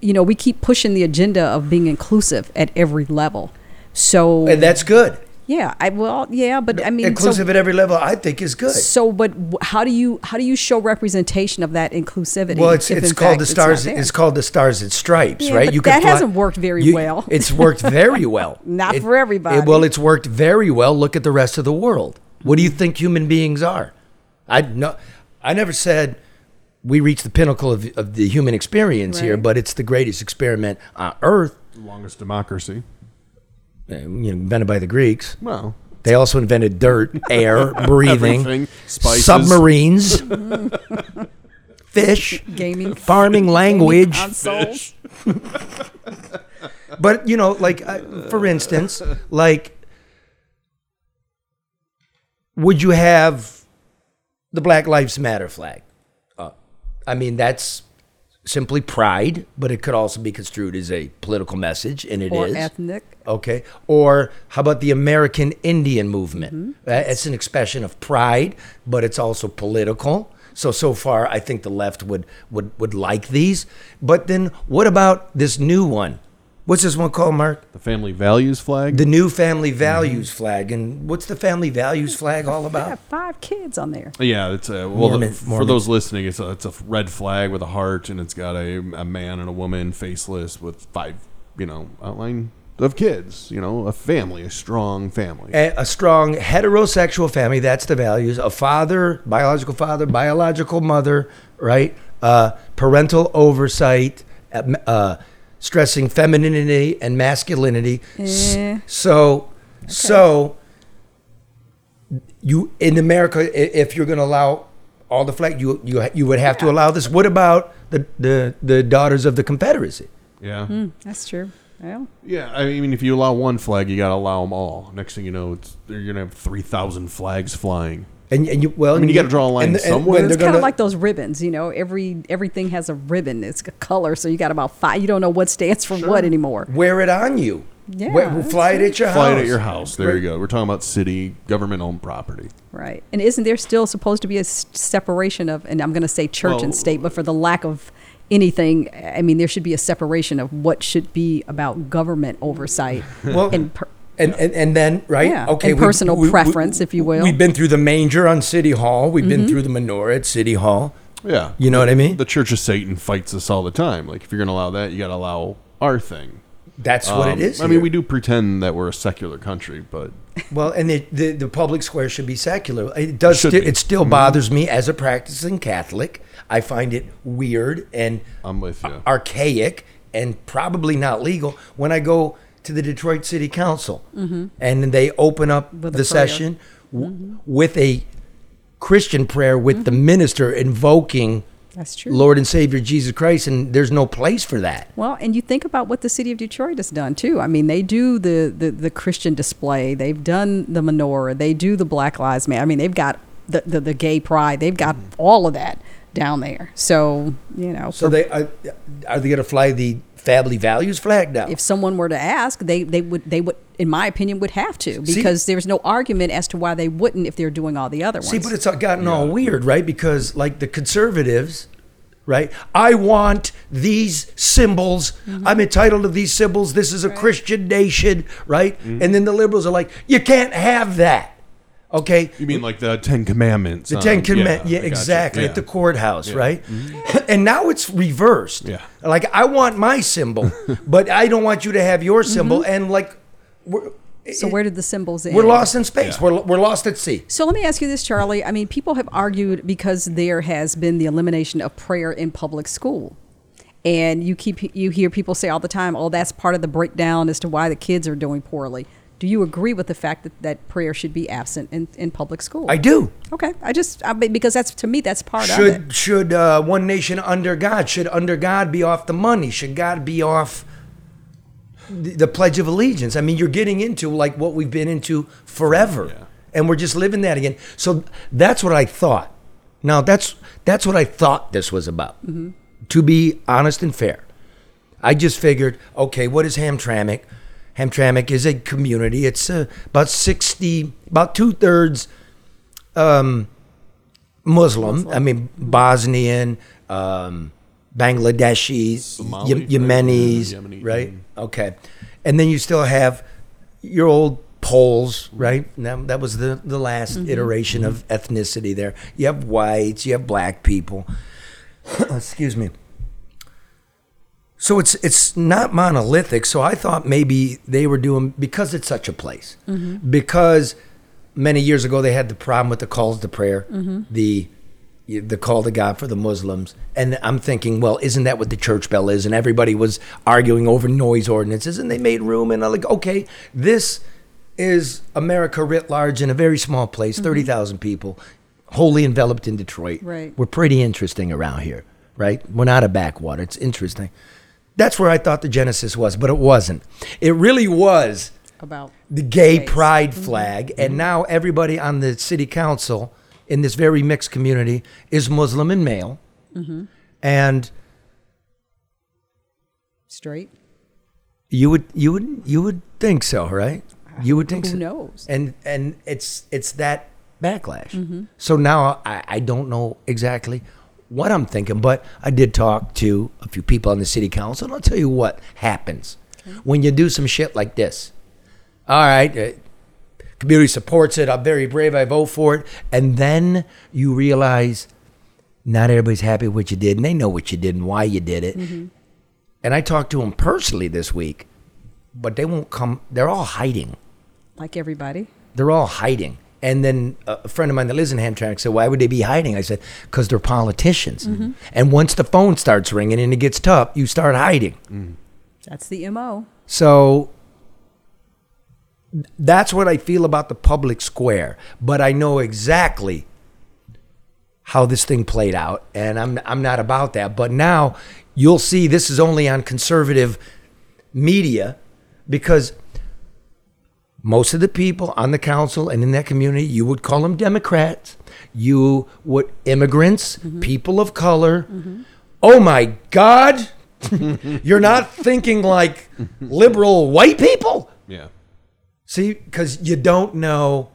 [SPEAKER 15] you know, we keep pushing the agenda of being inclusive at every level. So
[SPEAKER 14] and that's good.
[SPEAKER 15] yeah, I well, yeah, but I mean, so-
[SPEAKER 14] Inclusive at every level, I think, is good.
[SPEAKER 15] So, but w- how do you how do you show representation of that inclusivity?
[SPEAKER 14] Well, it's
[SPEAKER 15] if
[SPEAKER 14] it's
[SPEAKER 15] in
[SPEAKER 14] called
[SPEAKER 15] fact
[SPEAKER 14] the stars.
[SPEAKER 15] not
[SPEAKER 14] It's,
[SPEAKER 15] there?
[SPEAKER 14] called the stars and stripes,
[SPEAKER 15] Yeah,
[SPEAKER 14] right?
[SPEAKER 15] but
[SPEAKER 14] could
[SPEAKER 15] that
[SPEAKER 14] fly-
[SPEAKER 15] hasn't worked very well.
[SPEAKER 14] It's worked very well.
[SPEAKER 15] Not
[SPEAKER 14] It-
[SPEAKER 15] for everybody.
[SPEAKER 14] it- well, it's worked very well. Look at the rest of the world. What
[SPEAKER 15] Mm-hmm.
[SPEAKER 14] do you think human beings are? I no, I never said we reached the pinnacle of, of the human experience here,
[SPEAKER 6] Right.
[SPEAKER 14] but it's the greatest experiment on Earth,
[SPEAKER 6] Longest democracy.
[SPEAKER 14] uh, you know, invented by the Greeks.
[SPEAKER 6] Well.
[SPEAKER 14] Oh. They also invented dirt, air, breathing,
[SPEAKER 6] Everything. Spices.
[SPEAKER 14] submarines, fish,
[SPEAKER 15] gaming,
[SPEAKER 14] farming language.
[SPEAKER 15] consoles.
[SPEAKER 14] but you know, like I, for instance, like would you have the Black Lives Matter flag? Uh, I mean, that's simply pride, but it could also be construed as a political message, and it is
[SPEAKER 15] or ethnic.
[SPEAKER 14] Okay. Or how about the American Indian movement? Uh, It's an expression of pride, but it's also political. So so far, I think the left would would would like these. But then, what about this new one? What's this one called, Mark?
[SPEAKER 6] The family values flag.
[SPEAKER 14] The new family values flag. And what's the family values flag all
[SPEAKER 15] I
[SPEAKER 14] about?
[SPEAKER 15] have five kids on there.
[SPEAKER 6] Yeah, it's a well
[SPEAKER 14] Mormon-
[SPEAKER 6] for
[SPEAKER 14] Mormon.
[SPEAKER 6] those listening, it's a it's a red flag with a heart, and it's got a, a man and a woman faceless with five you know outline of kids. You know, a family, a strong family.
[SPEAKER 14] A, a strong heterosexual family. That's the values. A father, biological father, biological mother, right? Uh, parental oversight, uh, m- uh, stressing femininity and masculinity. S-
[SPEAKER 15] Eh.
[SPEAKER 14] So, so you in America, i- if you're going to allow all the flag, you you you would have to allow this. What about the the the daughters of the Confederacy?
[SPEAKER 6] Yeah,
[SPEAKER 15] Hmm, that's true. Well,
[SPEAKER 6] yeah. I mean, if you allow one flag, you got to allow them all. Next thing you know, it's you're gonna have three thousand flags flying.
[SPEAKER 14] And, and you well,
[SPEAKER 6] I mean, you got to draw a line
[SPEAKER 14] and- and when
[SPEAKER 6] somewhere.
[SPEAKER 14] they're
[SPEAKER 15] it's kind
[SPEAKER 14] gonna-
[SPEAKER 15] of like those ribbons, you know. Every everything has a ribbon. It's a color, so you got about five. You don't know what stands for what anymore.
[SPEAKER 14] Wear it on you.
[SPEAKER 15] Yeah,
[SPEAKER 14] Wear-
[SPEAKER 15] that's
[SPEAKER 14] fly it at your
[SPEAKER 6] Fly
[SPEAKER 14] house.
[SPEAKER 6] it at your house. There you go. We're talking about city government owned property.
[SPEAKER 15] Right. And isn't there still supposed to be a s- separation of, and I'm going to say church
[SPEAKER 6] Well-
[SPEAKER 15] and state, but for the lack of anything, I mean, there should be a separation of what should be about government oversight.
[SPEAKER 14] Well,
[SPEAKER 15] and per-
[SPEAKER 14] and, and and then right
[SPEAKER 15] Yeah,
[SPEAKER 14] okay
[SPEAKER 15] and
[SPEAKER 14] we-
[SPEAKER 15] personal
[SPEAKER 14] we- we-
[SPEAKER 15] preference, if you will.
[SPEAKER 14] we've been through the manger on city hall we've been
[SPEAKER 15] Mhm.
[SPEAKER 14] through the menorah at city hall
[SPEAKER 6] Yeah,
[SPEAKER 14] you know what i mean
[SPEAKER 6] The Church of Satan fights us all the time. Like if you're gonna allow that, you got to allow our thing.
[SPEAKER 14] That's what it is
[SPEAKER 6] Uh, I mean,
[SPEAKER 14] here.
[SPEAKER 6] we do pretend that we're a secular country, but
[SPEAKER 14] well and the, the the public square should be secular it does
[SPEAKER 6] Should
[SPEAKER 14] sti-
[SPEAKER 6] be. Mm-hmm.
[SPEAKER 14] it still bothers me as a practicing catholic i find it weird and
[SPEAKER 6] I'm with you.
[SPEAKER 14] archaic and probably not legal when i go to the Detroit City Council.
[SPEAKER 15] Mhm.
[SPEAKER 14] And they open up
[SPEAKER 15] With a
[SPEAKER 14] the
[SPEAKER 15] prayer. Mm-hmm.
[SPEAKER 14] session w- with a Christian prayer with the minister invoking
[SPEAKER 15] That's true.
[SPEAKER 14] Lord and Savior Jesus Christ. And there's no place for that.
[SPEAKER 15] Well, and you think about what the city of Detroit has done too. I mean, they do the, the, the Christian display, they've done the menorah, they do the Black Lives Matter. I mean, they've got the, the, the gay pride, they've got all of that down there. So, you
[SPEAKER 14] Mm-hmm.
[SPEAKER 15] know.
[SPEAKER 14] So
[SPEAKER 15] for-
[SPEAKER 14] they are, are they going to fly the family values flag down?
[SPEAKER 15] if someone were to ask, they, they would they would in my opinion would have to
[SPEAKER 14] See-
[SPEAKER 15] because there's no argument as to why they wouldn't if they're doing all the other ones.
[SPEAKER 14] See, but it's all gotten all weird, right? Because like the conservatives, right? I want these symbols. I'm entitled to these symbols. This is a Christian nation, right?
[SPEAKER 6] Mm-hmm.
[SPEAKER 14] And then the liberals are like, you can't have that. Okay,
[SPEAKER 6] You mean like the Ten Commandments?
[SPEAKER 14] the
[SPEAKER 6] on-
[SPEAKER 14] Ten Commandments,
[SPEAKER 6] I
[SPEAKER 14] yeah,
[SPEAKER 6] gotcha.
[SPEAKER 14] exactly,
[SPEAKER 6] Yeah.
[SPEAKER 14] at the courthouse,
[SPEAKER 6] Yeah. Mm-hmm.
[SPEAKER 14] right? And now it's reversed.
[SPEAKER 6] Yeah.
[SPEAKER 14] Like I want my symbol, but I don't want you to have your symbol. And like
[SPEAKER 15] so where did the symbols end?
[SPEAKER 14] we're lost in space. We're we're lost at sea.
[SPEAKER 15] So let me ask you this, Charlie. I mean, people have argued because there has been the elimination of prayer in public school. And you keep you hear people say all the time, "Oh, that's part of the breakdown as to why the kids are doing poorly." Do you agree with the fact that, that prayer should be absent in, in public school?
[SPEAKER 14] I do.
[SPEAKER 15] Okay, I just I mean, because that's to me that's part of it.
[SPEAKER 14] should should uh, one nation under God should under God be off the money? Should God be off the, the Pledge of Allegiance? I mean, you're getting into like what we've been into forever, and we're just living that again. So that's what I thought. Now that's that's what I thought this was about.
[SPEAKER 15] Mhm.
[SPEAKER 14] To be honest and fair, I just figured, okay, what is Hamtramck? Hamtramck is a community. It's uh, about sixty, about two thirds um, Muslim. I mean, Bosnian, um, Bangladeshis, Ye- Yemenis, right? Okay, and then you still have your old Poles, right? And That, that was the the last
[SPEAKER 19] Mhm.
[SPEAKER 14] iteration of ethnicity. There, you have whites, you have black people. Excuse me. So it's it's not monolithic. So I thought maybe they were doing because it's such a place.
[SPEAKER 19] Mhm.
[SPEAKER 14] Because many years ago they had the problem with the calls to prayer,
[SPEAKER 19] Mhm.
[SPEAKER 14] the the call to God for the Muslims, and I'm thinking, well, isn't that what the church bell is? And everybody was arguing over noise ordinances, and they made room, and I'm like, okay, this is America writ large in a very small place,
[SPEAKER 19] Mhm.
[SPEAKER 14] thirty thousand people, wholly enveloped in Detroit.
[SPEAKER 19] Right.
[SPEAKER 14] We're pretty interesting around here, right? We're not a backwater. It's interesting. That's where I thought the Genesis was, but it wasn't. It really was
[SPEAKER 15] About
[SPEAKER 14] the gay pride flag, and now everybody on the city council in this very mixed community is Muslim and male,
[SPEAKER 15] Mhm.
[SPEAKER 14] and
[SPEAKER 15] straight.
[SPEAKER 14] you would you would you would think so, right? You would think
[SPEAKER 15] Who
[SPEAKER 14] so.
[SPEAKER 15] knows?
[SPEAKER 14] And and it's it's that backlash.
[SPEAKER 15] Mhm.
[SPEAKER 14] So now I, I don't know exactly what I'm thinking, but I did talk to a few people on the city council, and I'll tell you what happens when you do some shit like this. All right, uh, community supports it. I'm very brave. I vote for it, and then you realize not everybody's happy with what you did, and they know what you did and why you did it. And I talked to them personally this week, but they won't come. They're all hiding
[SPEAKER 15] Like everybody.
[SPEAKER 14] they're all hiding. And then a a friend of mine that lives in Hamtramck said, "Why would they be hiding?" I said, "Because they're politicians.
[SPEAKER 15] Mhm.
[SPEAKER 14] And once the phone starts ringing and it gets tough, you start hiding.
[SPEAKER 15] That's the mo.
[SPEAKER 14] So th- that's what I feel about the public square. But I know exactly how this thing played out, and I'm I'm not about that. But now you'll see this is only on conservative media because most of the people on the council and in that community, you would call them Democrats, you would immigrants, people of color. Oh my God, you're not thinking like liberal white people.
[SPEAKER 6] Yeah.
[SPEAKER 14] See, because you don't know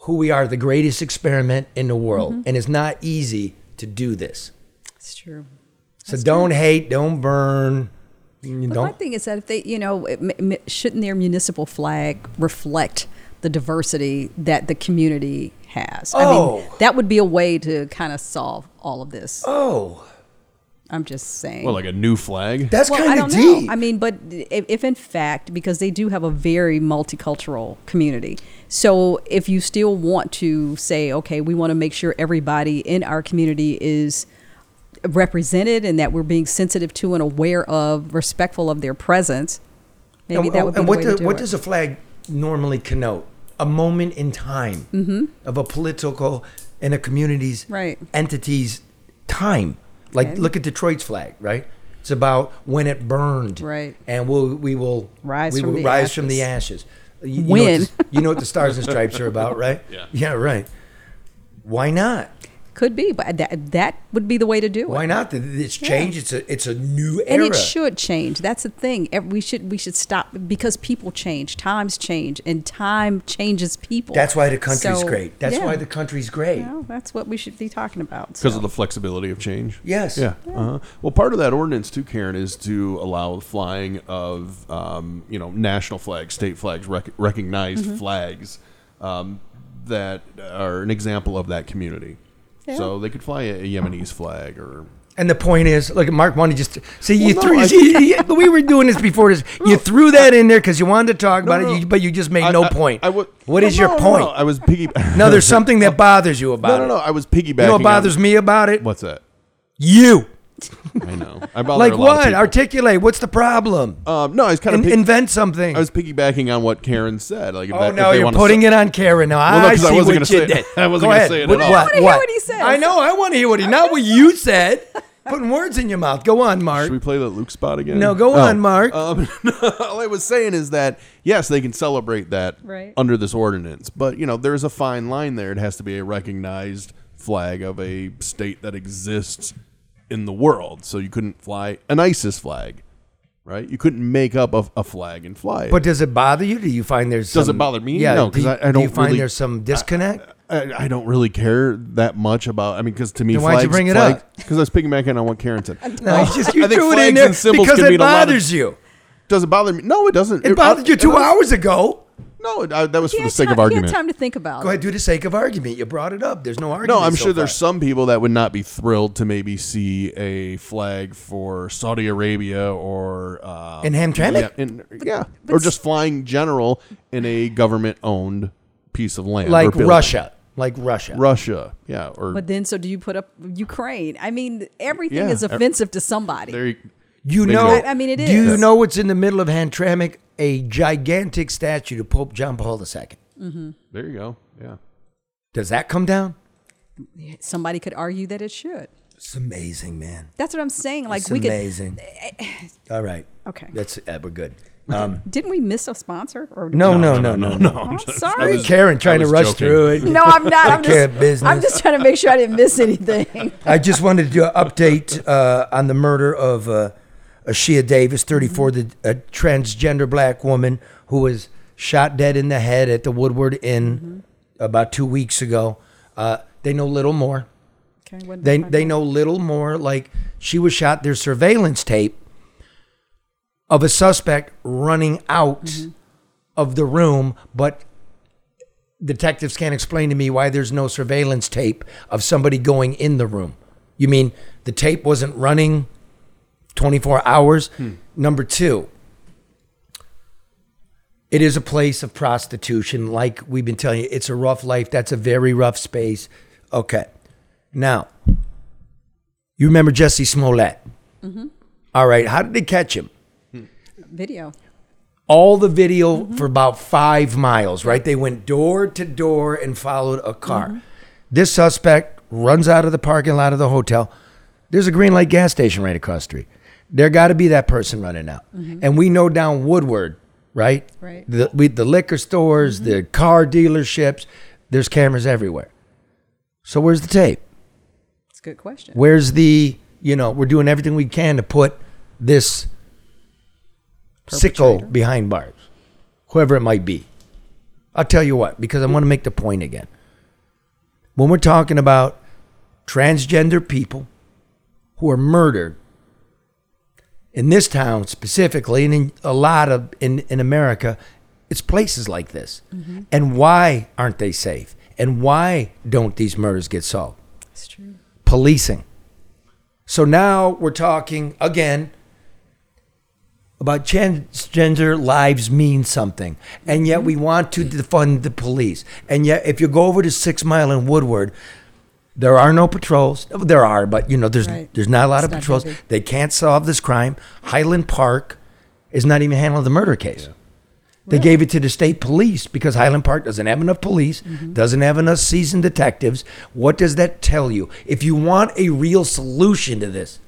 [SPEAKER 14] who we are, the greatest experiment in the world.
[SPEAKER 15] Mhm.
[SPEAKER 14] And it's not easy to do this.
[SPEAKER 15] It's true.
[SPEAKER 14] So don't hate, don't burn. You
[SPEAKER 15] But my
[SPEAKER 14] don't.
[SPEAKER 15] thing is that if they, you know, it, m- m- shouldn't their municipal flag reflect the diversity that the community has? I
[SPEAKER 14] Oh.
[SPEAKER 15] mean, that would be a way to kind of solve all of this.
[SPEAKER 14] Oh.
[SPEAKER 15] I'm just saying.
[SPEAKER 6] Well, like a new flag.
[SPEAKER 15] Well, I don't Know. I mean, but if, if in fact, because they do have a very multicultural community, so if you still want to say, okay, we want to make sure everybody in our community is represented and that we're being sensitive to and aware of, respectful of their presence, Maybe
[SPEAKER 14] and,
[SPEAKER 15] that would be
[SPEAKER 14] and
[SPEAKER 15] the
[SPEAKER 14] what
[SPEAKER 15] way
[SPEAKER 14] do-
[SPEAKER 15] to do
[SPEAKER 14] what
[SPEAKER 15] it.
[SPEAKER 14] does a flag normally connote? A moment in time
[SPEAKER 15] Mhm.
[SPEAKER 14] of a political and a community's
[SPEAKER 15] Right.
[SPEAKER 14] entity's time. Like
[SPEAKER 15] Okay.
[SPEAKER 14] look at Detroit's flag, right? It's about when it burned,
[SPEAKER 15] Right.
[SPEAKER 14] And we'll we will
[SPEAKER 15] Rise
[SPEAKER 14] we
[SPEAKER 15] from
[SPEAKER 14] will
[SPEAKER 15] the
[SPEAKER 14] rise from the
[SPEAKER 15] ashes.
[SPEAKER 14] ashes. You- you know what
[SPEAKER 15] When?
[SPEAKER 14] the- you know what the stars and stripes are about, right?
[SPEAKER 15] Yeah.
[SPEAKER 14] yeah, right. Why not?
[SPEAKER 15] Could be, but that that would be the way to do it.
[SPEAKER 14] Why not? It's
[SPEAKER 15] Yeah.
[SPEAKER 14] change. It's a it's a new era.
[SPEAKER 15] and it should change that's the thing Ev- we should we should stop because people change times change and time changes people
[SPEAKER 14] That's why the country's
[SPEAKER 15] So,
[SPEAKER 14] great. That's
[SPEAKER 15] yeah.
[SPEAKER 14] why the country's great.
[SPEAKER 15] Well, that's what we should be talking about
[SPEAKER 6] Because
[SPEAKER 15] so.
[SPEAKER 6] of the flexibility of change.
[SPEAKER 14] Yes.
[SPEAKER 6] Yeah. Uh-huh. Well, part of that ordinance too, Karen, is to allow the flying of um, you know national flags, state flags, rec- recognized
[SPEAKER 15] Mhm.
[SPEAKER 6] flags um, that are an example of that community.
[SPEAKER 14] Yeah.
[SPEAKER 6] So they could fly a, a Yemenis flag or
[SPEAKER 14] And the point is, look, Mark wanted just see you
[SPEAKER 6] Well, no,
[SPEAKER 14] threw.
[SPEAKER 6] I-
[SPEAKER 14] see, you- you- we were doing this before this. you threw that in there because you wanted to talk about it, you, but you just made no point. what
[SPEAKER 6] No,
[SPEAKER 14] is
[SPEAKER 6] no,
[SPEAKER 14] your
[SPEAKER 6] no,
[SPEAKER 14] point?
[SPEAKER 6] no, I was piggy.
[SPEAKER 14] No, there's something that bothers you about
[SPEAKER 6] no,
[SPEAKER 14] it.
[SPEAKER 6] no, I was
[SPEAKER 14] You know
[SPEAKER 6] piggybacking on-
[SPEAKER 14] what bothers me about it?
[SPEAKER 6] What's that?
[SPEAKER 14] You.
[SPEAKER 6] I know. I bother
[SPEAKER 14] Like
[SPEAKER 6] a lot of
[SPEAKER 14] what?
[SPEAKER 6] people.
[SPEAKER 14] Articulate. What's the problem?
[SPEAKER 6] Um, no, I was kind of
[SPEAKER 14] In- invent something.
[SPEAKER 6] I was piggybacking on what Karen said. Like, if
[SPEAKER 14] Oh
[SPEAKER 6] that,
[SPEAKER 14] no,
[SPEAKER 6] if they
[SPEAKER 14] you're
[SPEAKER 6] wanna
[SPEAKER 14] putting
[SPEAKER 6] say-
[SPEAKER 14] it on Karen now.
[SPEAKER 6] Well, no,
[SPEAKER 14] I
[SPEAKER 6] 'cause
[SPEAKER 14] see
[SPEAKER 6] I wasn't
[SPEAKER 14] what
[SPEAKER 6] gonna
[SPEAKER 14] you
[SPEAKER 6] say it.
[SPEAKER 14] did.
[SPEAKER 6] I wasn't
[SPEAKER 14] Go
[SPEAKER 6] gonna
[SPEAKER 14] ahead.
[SPEAKER 6] say it at
[SPEAKER 14] What-
[SPEAKER 6] all. I
[SPEAKER 14] What?
[SPEAKER 6] wanna hear
[SPEAKER 14] what?
[SPEAKER 6] what he says.
[SPEAKER 14] I know. I want to hear what he. Not what you said. Putting words in your mouth. Go on, Mark. Should
[SPEAKER 6] we play that Luke spot again?
[SPEAKER 14] No, go
[SPEAKER 6] Oh.
[SPEAKER 14] on, Mark.
[SPEAKER 6] Um, all I was saying is that yes, they can celebrate that
[SPEAKER 14] Right.
[SPEAKER 6] under this ordinance, but you know, there's a fine line there. It has to be a recognized flag of a state that exists in the world. So you couldn't fly an ISIS flag, right? You couldn't make up a, a flag and fly it.
[SPEAKER 14] But does it bother you? Do you find there's
[SPEAKER 6] Does it
[SPEAKER 14] some-
[SPEAKER 6] bother me?
[SPEAKER 14] Yeah,
[SPEAKER 6] No,
[SPEAKER 14] do
[SPEAKER 6] 'cause
[SPEAKER 14] you-
[SPEAKER 6] I- I
[SPEAKER 14] do you
[SPEAKER 6] don't
[SPEAKER 14] find
[SPEAKER 6] really-
[SPEAKER 14] there's some disconnect.
[SPEAKER 6] I, I don't really care that much about. I mean, because to me,
[SPEAKER 14] Then why'd you
[SPEAKER 6] flags-
[SPEAKER 14] bring it
[SPEAKER 6] flags,
[SPEAKER 14] up?
[SPEAKER 6] Because I was piggybacking on what Karen said.
[SPEAKER 14] No,
[SPEAKER 6] Uh,
[SPEAKER 14] it's just you
[SPEAKER 6] I think
[SPEAKER 14] threw it in
[SPEAKER 6] flags
[SPEAKER 14] there
[SPEAKER 6] and symbols
[SPEAKER 14] because
[SPEAKER 6] can
[SPEAKER 14] it
[SPEAKER 6] mean a lot of-
[SPEAKER 14] bothers you.
[SPEAKER 6] Does it bother me? No, it doesn't.
[SPEAKER 14] It bothered you two
[SPEAKER 6] it-
[SPEAKER 14] hours ago.
[SPEAKER 6] No, it- I- that was for the sake of
[SPEAKER 15] you
[SPEAKER 6] argument.
[SPEAKER 15] had time to think about
[SPEAKER 14] Go
[SPEAKER 15] it
[SPEAKER 14] ahead, do the sake of argument. You brought it up. There's no argument.
[SPEAKER 6] No, I'm
[SPEAKER 14] so
[SPEAKER 6] sure there's
[SPEAKER 14] far.
[SPEAKER 6] some people that would not be thrilled to maybe see a flag for Saudi Arabia or um,
[SPEAKER 14] In Hamtramck?
[SPEAKER 6] yeah, in- yeah, or just flying general in a government-owned piece of land, or
[SPEAKER 14] like
[SPEAKER 6] building.
[SPEAKER 14] Russia, like Russia,
[SPEAKER 6] Russia, yeah, or
[SPEAKER 15] but then so do you put up ukraine i mean everything
[SPEAKER 6] Yeah.
[SPEAKER 15] is offensive to somebody
[SPEAKER 6] there you,
[SPEAKER 14] You
[SPEAKER 6] Bingo.
[SPEAKER 14] know,
[SPEAKER 15] I- I mean, it
[SPEAKER 14] Do you
[SPEAKER 15] is.
[SPEAKER 14] know what's in the middle of Hamtramck? A gigantic statue to Pope John Paul II.
[SPEAKER 15] hmm
[SPEAKER 6] there you go, yeah.
[SPEAKER 14] Does that come down?
[SPEAKER 15] somebody could argue that it should
[SPEAKER 14] It's amazing, man.
[SPEAKER 15] that's what i'm saying like
[SPEAKER 14] it's
[SPEAKER 15] we
[SPEAKER 14] amazing.
[SPEAKER 15] could
[SPEAKER 14] All right.
[SPEAKER 15] Okay.
[SPEAKER 14] That's uh, we're good. Um,
[SPEAKER 15] didn't we miss a sponsor or
[SPEAKER 14] no, no, no, no, no.
[SPEAKER 15] I'm sorry.
[SPEAKER 14] Karen trying to rush through it.
[SPEAKER 15] no i'm not i'm
[SPEAKER 14] Take care
[SPEAKER 15] just
[SPEAKER 14] of business.
[SPEAKER 15] i'm just trying to make sure i didn't miss anything
[SPEAKER 14] I just wanted to do an update uh, on the murder of uh, Ashia Davis, 34, the a transgender black woman who was shot dead in the head at the Woodward Inn about two weeks ago. Uh, they know little more.
[SPEAKER 15] okay, what did
[SPEAKER 14] They
[SPEAKER 15] I find
[SPEAKER 14] they
[SPEAKER 15] out?
[SPEAKER 14] know little more. Like she was shot. There's surveillance tape of a suspect running out of the room, but detectives can't explain to me why there's no surveillance tape of somebody going in the room. You mean the tape wasn't running 24 hours? Number two, it is a place of prostitution. Like we've been telling you, it's a rough life. That's a very rough space. Okay. Now, you remember Jesse Smollett.
[SPEAKER 15] Mhm.
[SPEAKER 14] All right. How did they catch him?
[SPEAKER 15] video
[SPEAKER 14] all the video for about five miles, right? They went door to door and followed a car. This suspect runs out of the parking lot of the hotel. There's a green light gas station right across the street. There got to be that person running out. And we know down Woodward, right?
[SPEAKER 15] Right.
[SPEAKER 14] The, we, the liquor stores, the car dealerships, there's cameras everywhere. So where's the tape?
[SPEAKER 15] it's a good question
[SPEAKER 14] Where's the, you know, we're doing everything we can to put this sicko behind bars, whoever it might be. I'll tell you what, because I want to make the point again. When we're talking about transgender people who are murdered in this town specifically, and in a lot of in, in America, it's places like this.
[SPEAKER 15] Mhm.
[SPEAKER 14] And why aren't they safe? And why don't these murders get solved?
[SPEAKER 15] it's true
[SPEAKER 14] policing. So now we're talking again about transgender lives mean something. And yet we want to defund the police. And yet, if you go over to Six Mile and Woodward, there are no patrols. There are, but you know, there's
[SPEAKER 15] Right.
[SPEAKER 14] there's not a lot
[SPEAKER 15] It's
[SPEAKER 14] of
[SPEAKER 15] not
[SPEAKER 14] patrols.
[SPEAKER 15] busy.
[SPEAKER 14] They can't solve this crime. Highland Park, is not even handling the murder case. They gave it to the state police because Highland Park doesn't have enough police, doesn't have enough seasoned detectives. What does that tell you? If you want a real solution to this,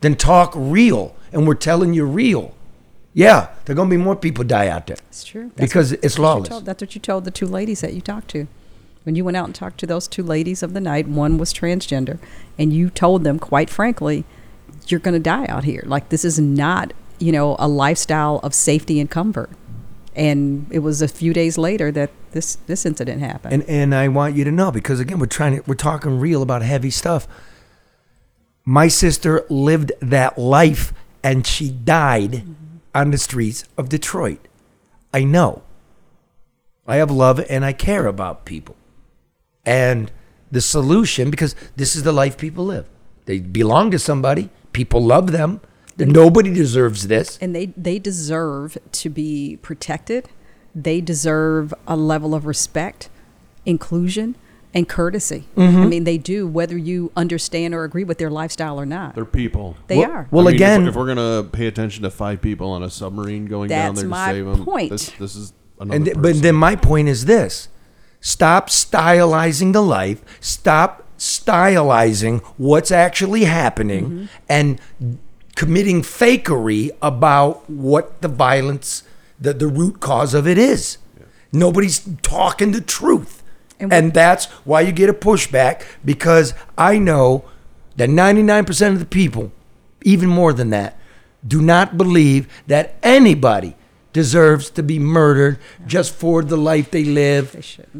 [SPEAKER 14] then talk real, and we're telling you real. Yeah, there are going to be more people die out there.
[SPEAKER 15] It's true. That's
[SPEAKER 14] Because
[SPEAKER 15] what-
[SPEAKER 14] it's
[SPEAKER 15] that's what you
[SPEAKER 14] lawless.
[SPEAKER 15] told- that's what you told the two ladies that you talked to. When you went out and talked to those two ladies of the night, one was transgender, and you told them, quite frankly, you're going to die out here. Like, this is not, you know, a lifestyle of safety and comfort. And it was a few days later that this, this incident happened.
[SPEAKER 14] And and I want you to know because again we're trying to we're talking real about heavy stuff. My sister lived that life and she died on the streets of Detroit. I know. I have love and I care about people. And the solution because this is the life people live. They belong to somebody. People love them. Nobody deserves this.
[SPEAKER 15] and they they deserve to be protected. They deserve a level of respect, inclusion, and courtesy. I
[SPEAKER 14] Mhm.
[SPEAKER 15] mean, they do, whether you understand or agree with their lifestyle or not.
[SPEAKER 6] They're people.
[SPEAKER 15] They Well- are.
[SPEAKER 14] well,
[SPEAKER 6] I mean, if-
[SPEAKER 14] again-
[SPEAKER 6] if, we're gonna pay attention to five people on a submarine going down
[SPEAKER 15] That's
[SPEAKER 6] there
[SPEAKER 15] my
[SPEAKER 6] to save them,
[SPEAKER 15] point.
[SPEAKER 6] This, this is another.
[SPEAKER 14] And th-
[SPEAKER 6] person.
[SPEAKER 14] but then my point is this: stop stylizing the life. Stop stylizing what's actually happening,
[SPEAKER 6] Mm-hmm.
[SPEAKER 14] and committing fakery about what the violence, the the root cause of it is. Nobody's talking the truth, and, that's why you get a pushback because I know that ninety nine percent of the people, even more than that, do not believe that anybody deserves to be murdered just for the life they live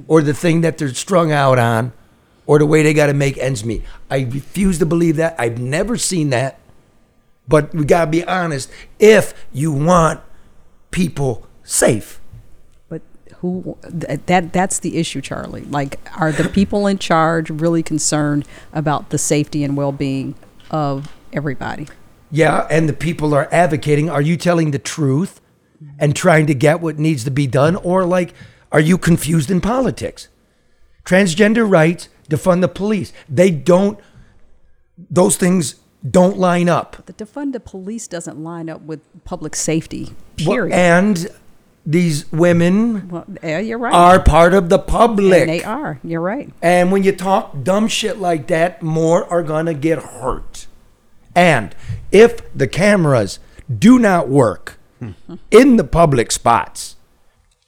[SPEAKER 14] or the thing that they're strung out on or the way they got to make ends meet. I refuse to believe that. I've never seen that. But we got to be honest if you want people safe.
[SPEAKER 15] But who th- that that's the issue, Charlie. Like, are the people in charge really concerned about the safety and well being of everybody?
[SPEAKER 14] Yeah, and the people are advocating. Are you telling the truth and trying to get what needs to be done? Or, like, are you confused in politics? Transgender rights, defund the police. They don't, those things don't line up.
[SPEAKER 15] The defund the police doesn't line up with public safety.
[SPEAKER 14] Well,
[SPEAKER 15] Period.
[SPEAKER 14] and these women
[SPEAKER 15] yeah, you're right.
[SPEAKER 14] are part of the public.
[SPEAKER 15] And they are. You're right.
[SPEAKER 14] And when you talk dumb shit like that, more are going to get hurt. And if the cameras do not work in the public spots,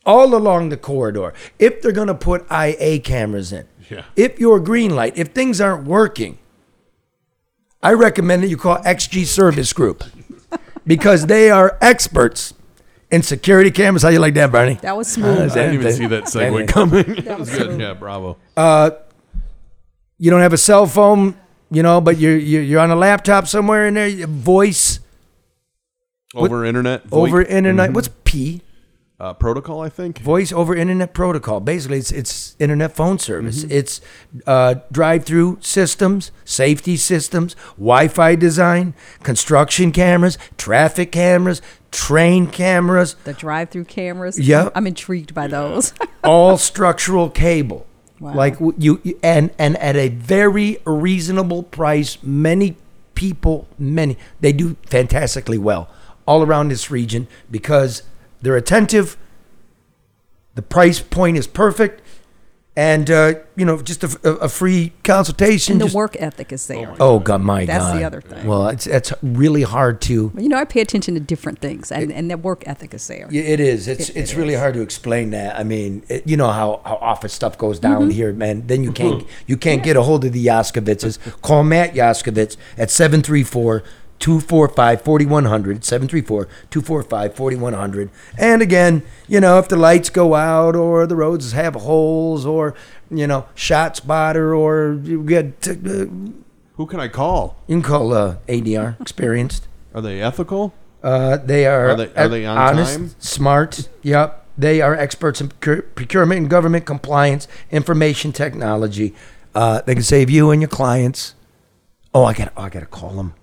[SPEAKER 14] all along the corridor, if they're going to put IA cameras in,
[SPEAKER 6] Yeah.
[SPEAKER 14] if your green light, if things aren't working, I recommend that you call XG Service Group because they are experts in security cameras. How you like that, Bernie?
[SPEAKER 15] That was
[SPEAKER 6] I
[SPEAKER 15] smooth.
[SPEAKER 6] didn't even see that segue coming. that was good.
[SPEAKER 15] smooth.
[SPEAKER 6] Yeah, bravo.
[SPEAKER 14] Uh, you don't have a cell phone, you know, but you're you're, you're on a laptop somewhere in there. your Voice What-
[SPEAKER 6] Over internet.
[SPEAKER 14] over
[SPEAKER 6] VoIP.
[SPEAKER 14] internet.
[SPEAKER 6] Mhm.
[SPEAKER 14] What's P?
[SPEAKER 6] uh, protocol? I think.
[SPEAKER 14] Voice over internet protocol. Basically, it's it's internet phone service. It's uh, drive-through systems, safety systems, Wi-Fi design, construction cameras, traffic cameras, train cameras,
[SPEAKER 15] The drive-through cameras.
[SPEAKER 14] Yeah.
[SPEAKER 15] I'm intrigued by those.
[SPEAKER 14] all structural cable.
[SPEAKER 15] Wow.
[SPEAKER 14] Like w- you you- and and at a very reasonable price, many people, many they do fantastically well all around this region because they're attentive. The price point is perfect, and uh, you know just a, a- a free consultation.
[SPEAKER 15] and the
[SPEAKER 14] just-
[SPEAKER 15] work ethic is there.
[SPEAKER 14] oh god, my
[SPEAKER 15] That's
[SPEAKER 14] god!
[SPEAKER 15] the other thing.
[SPEAKER 14] Well, it's that's really hard to.
[SPEAKER 15] Well, you know, I pay attention to different things, and, and that work ethic is there.
[SPEAKER 14] Yeah, It is. It's
[SPEAKER 15] It-
[SPEAKER 14] it's
[SPEAKER 15] it
[SPEAKER 14] really
[SPEAKER 15] is.
[SPEAKER 14] hard to explain that. I mean, it, you know how, how office stuff goes down
[SPEAKER 15] Mhm.
[SPEAKER 14] here, man. Then you can't you can't get a hold of the Yaskovitzes. Call Matt Yaskovitz at 734-245-4100, 734-245-4100. And again, you know, if the lights go out or the roads have holes or, you know, shot spotter or you get uh,
[SPEAKER 6] Who can I call?
[SPEAKER 14] you can call uh, ADR experienced.
[SPEAKER 6] Are they ethical?
[SPEAKER 14] Uh, they are,
[SPEAKER 6] Are they- are they on
[SPEAKER 14] honest,
[SPEAKER 6] time?
[SPEAKER 14] smart. Yep. They are experts in procure- procurement and government compliance, information technology. Uh, they can save you and your clients. Oh, I got. Oh, I got to call them.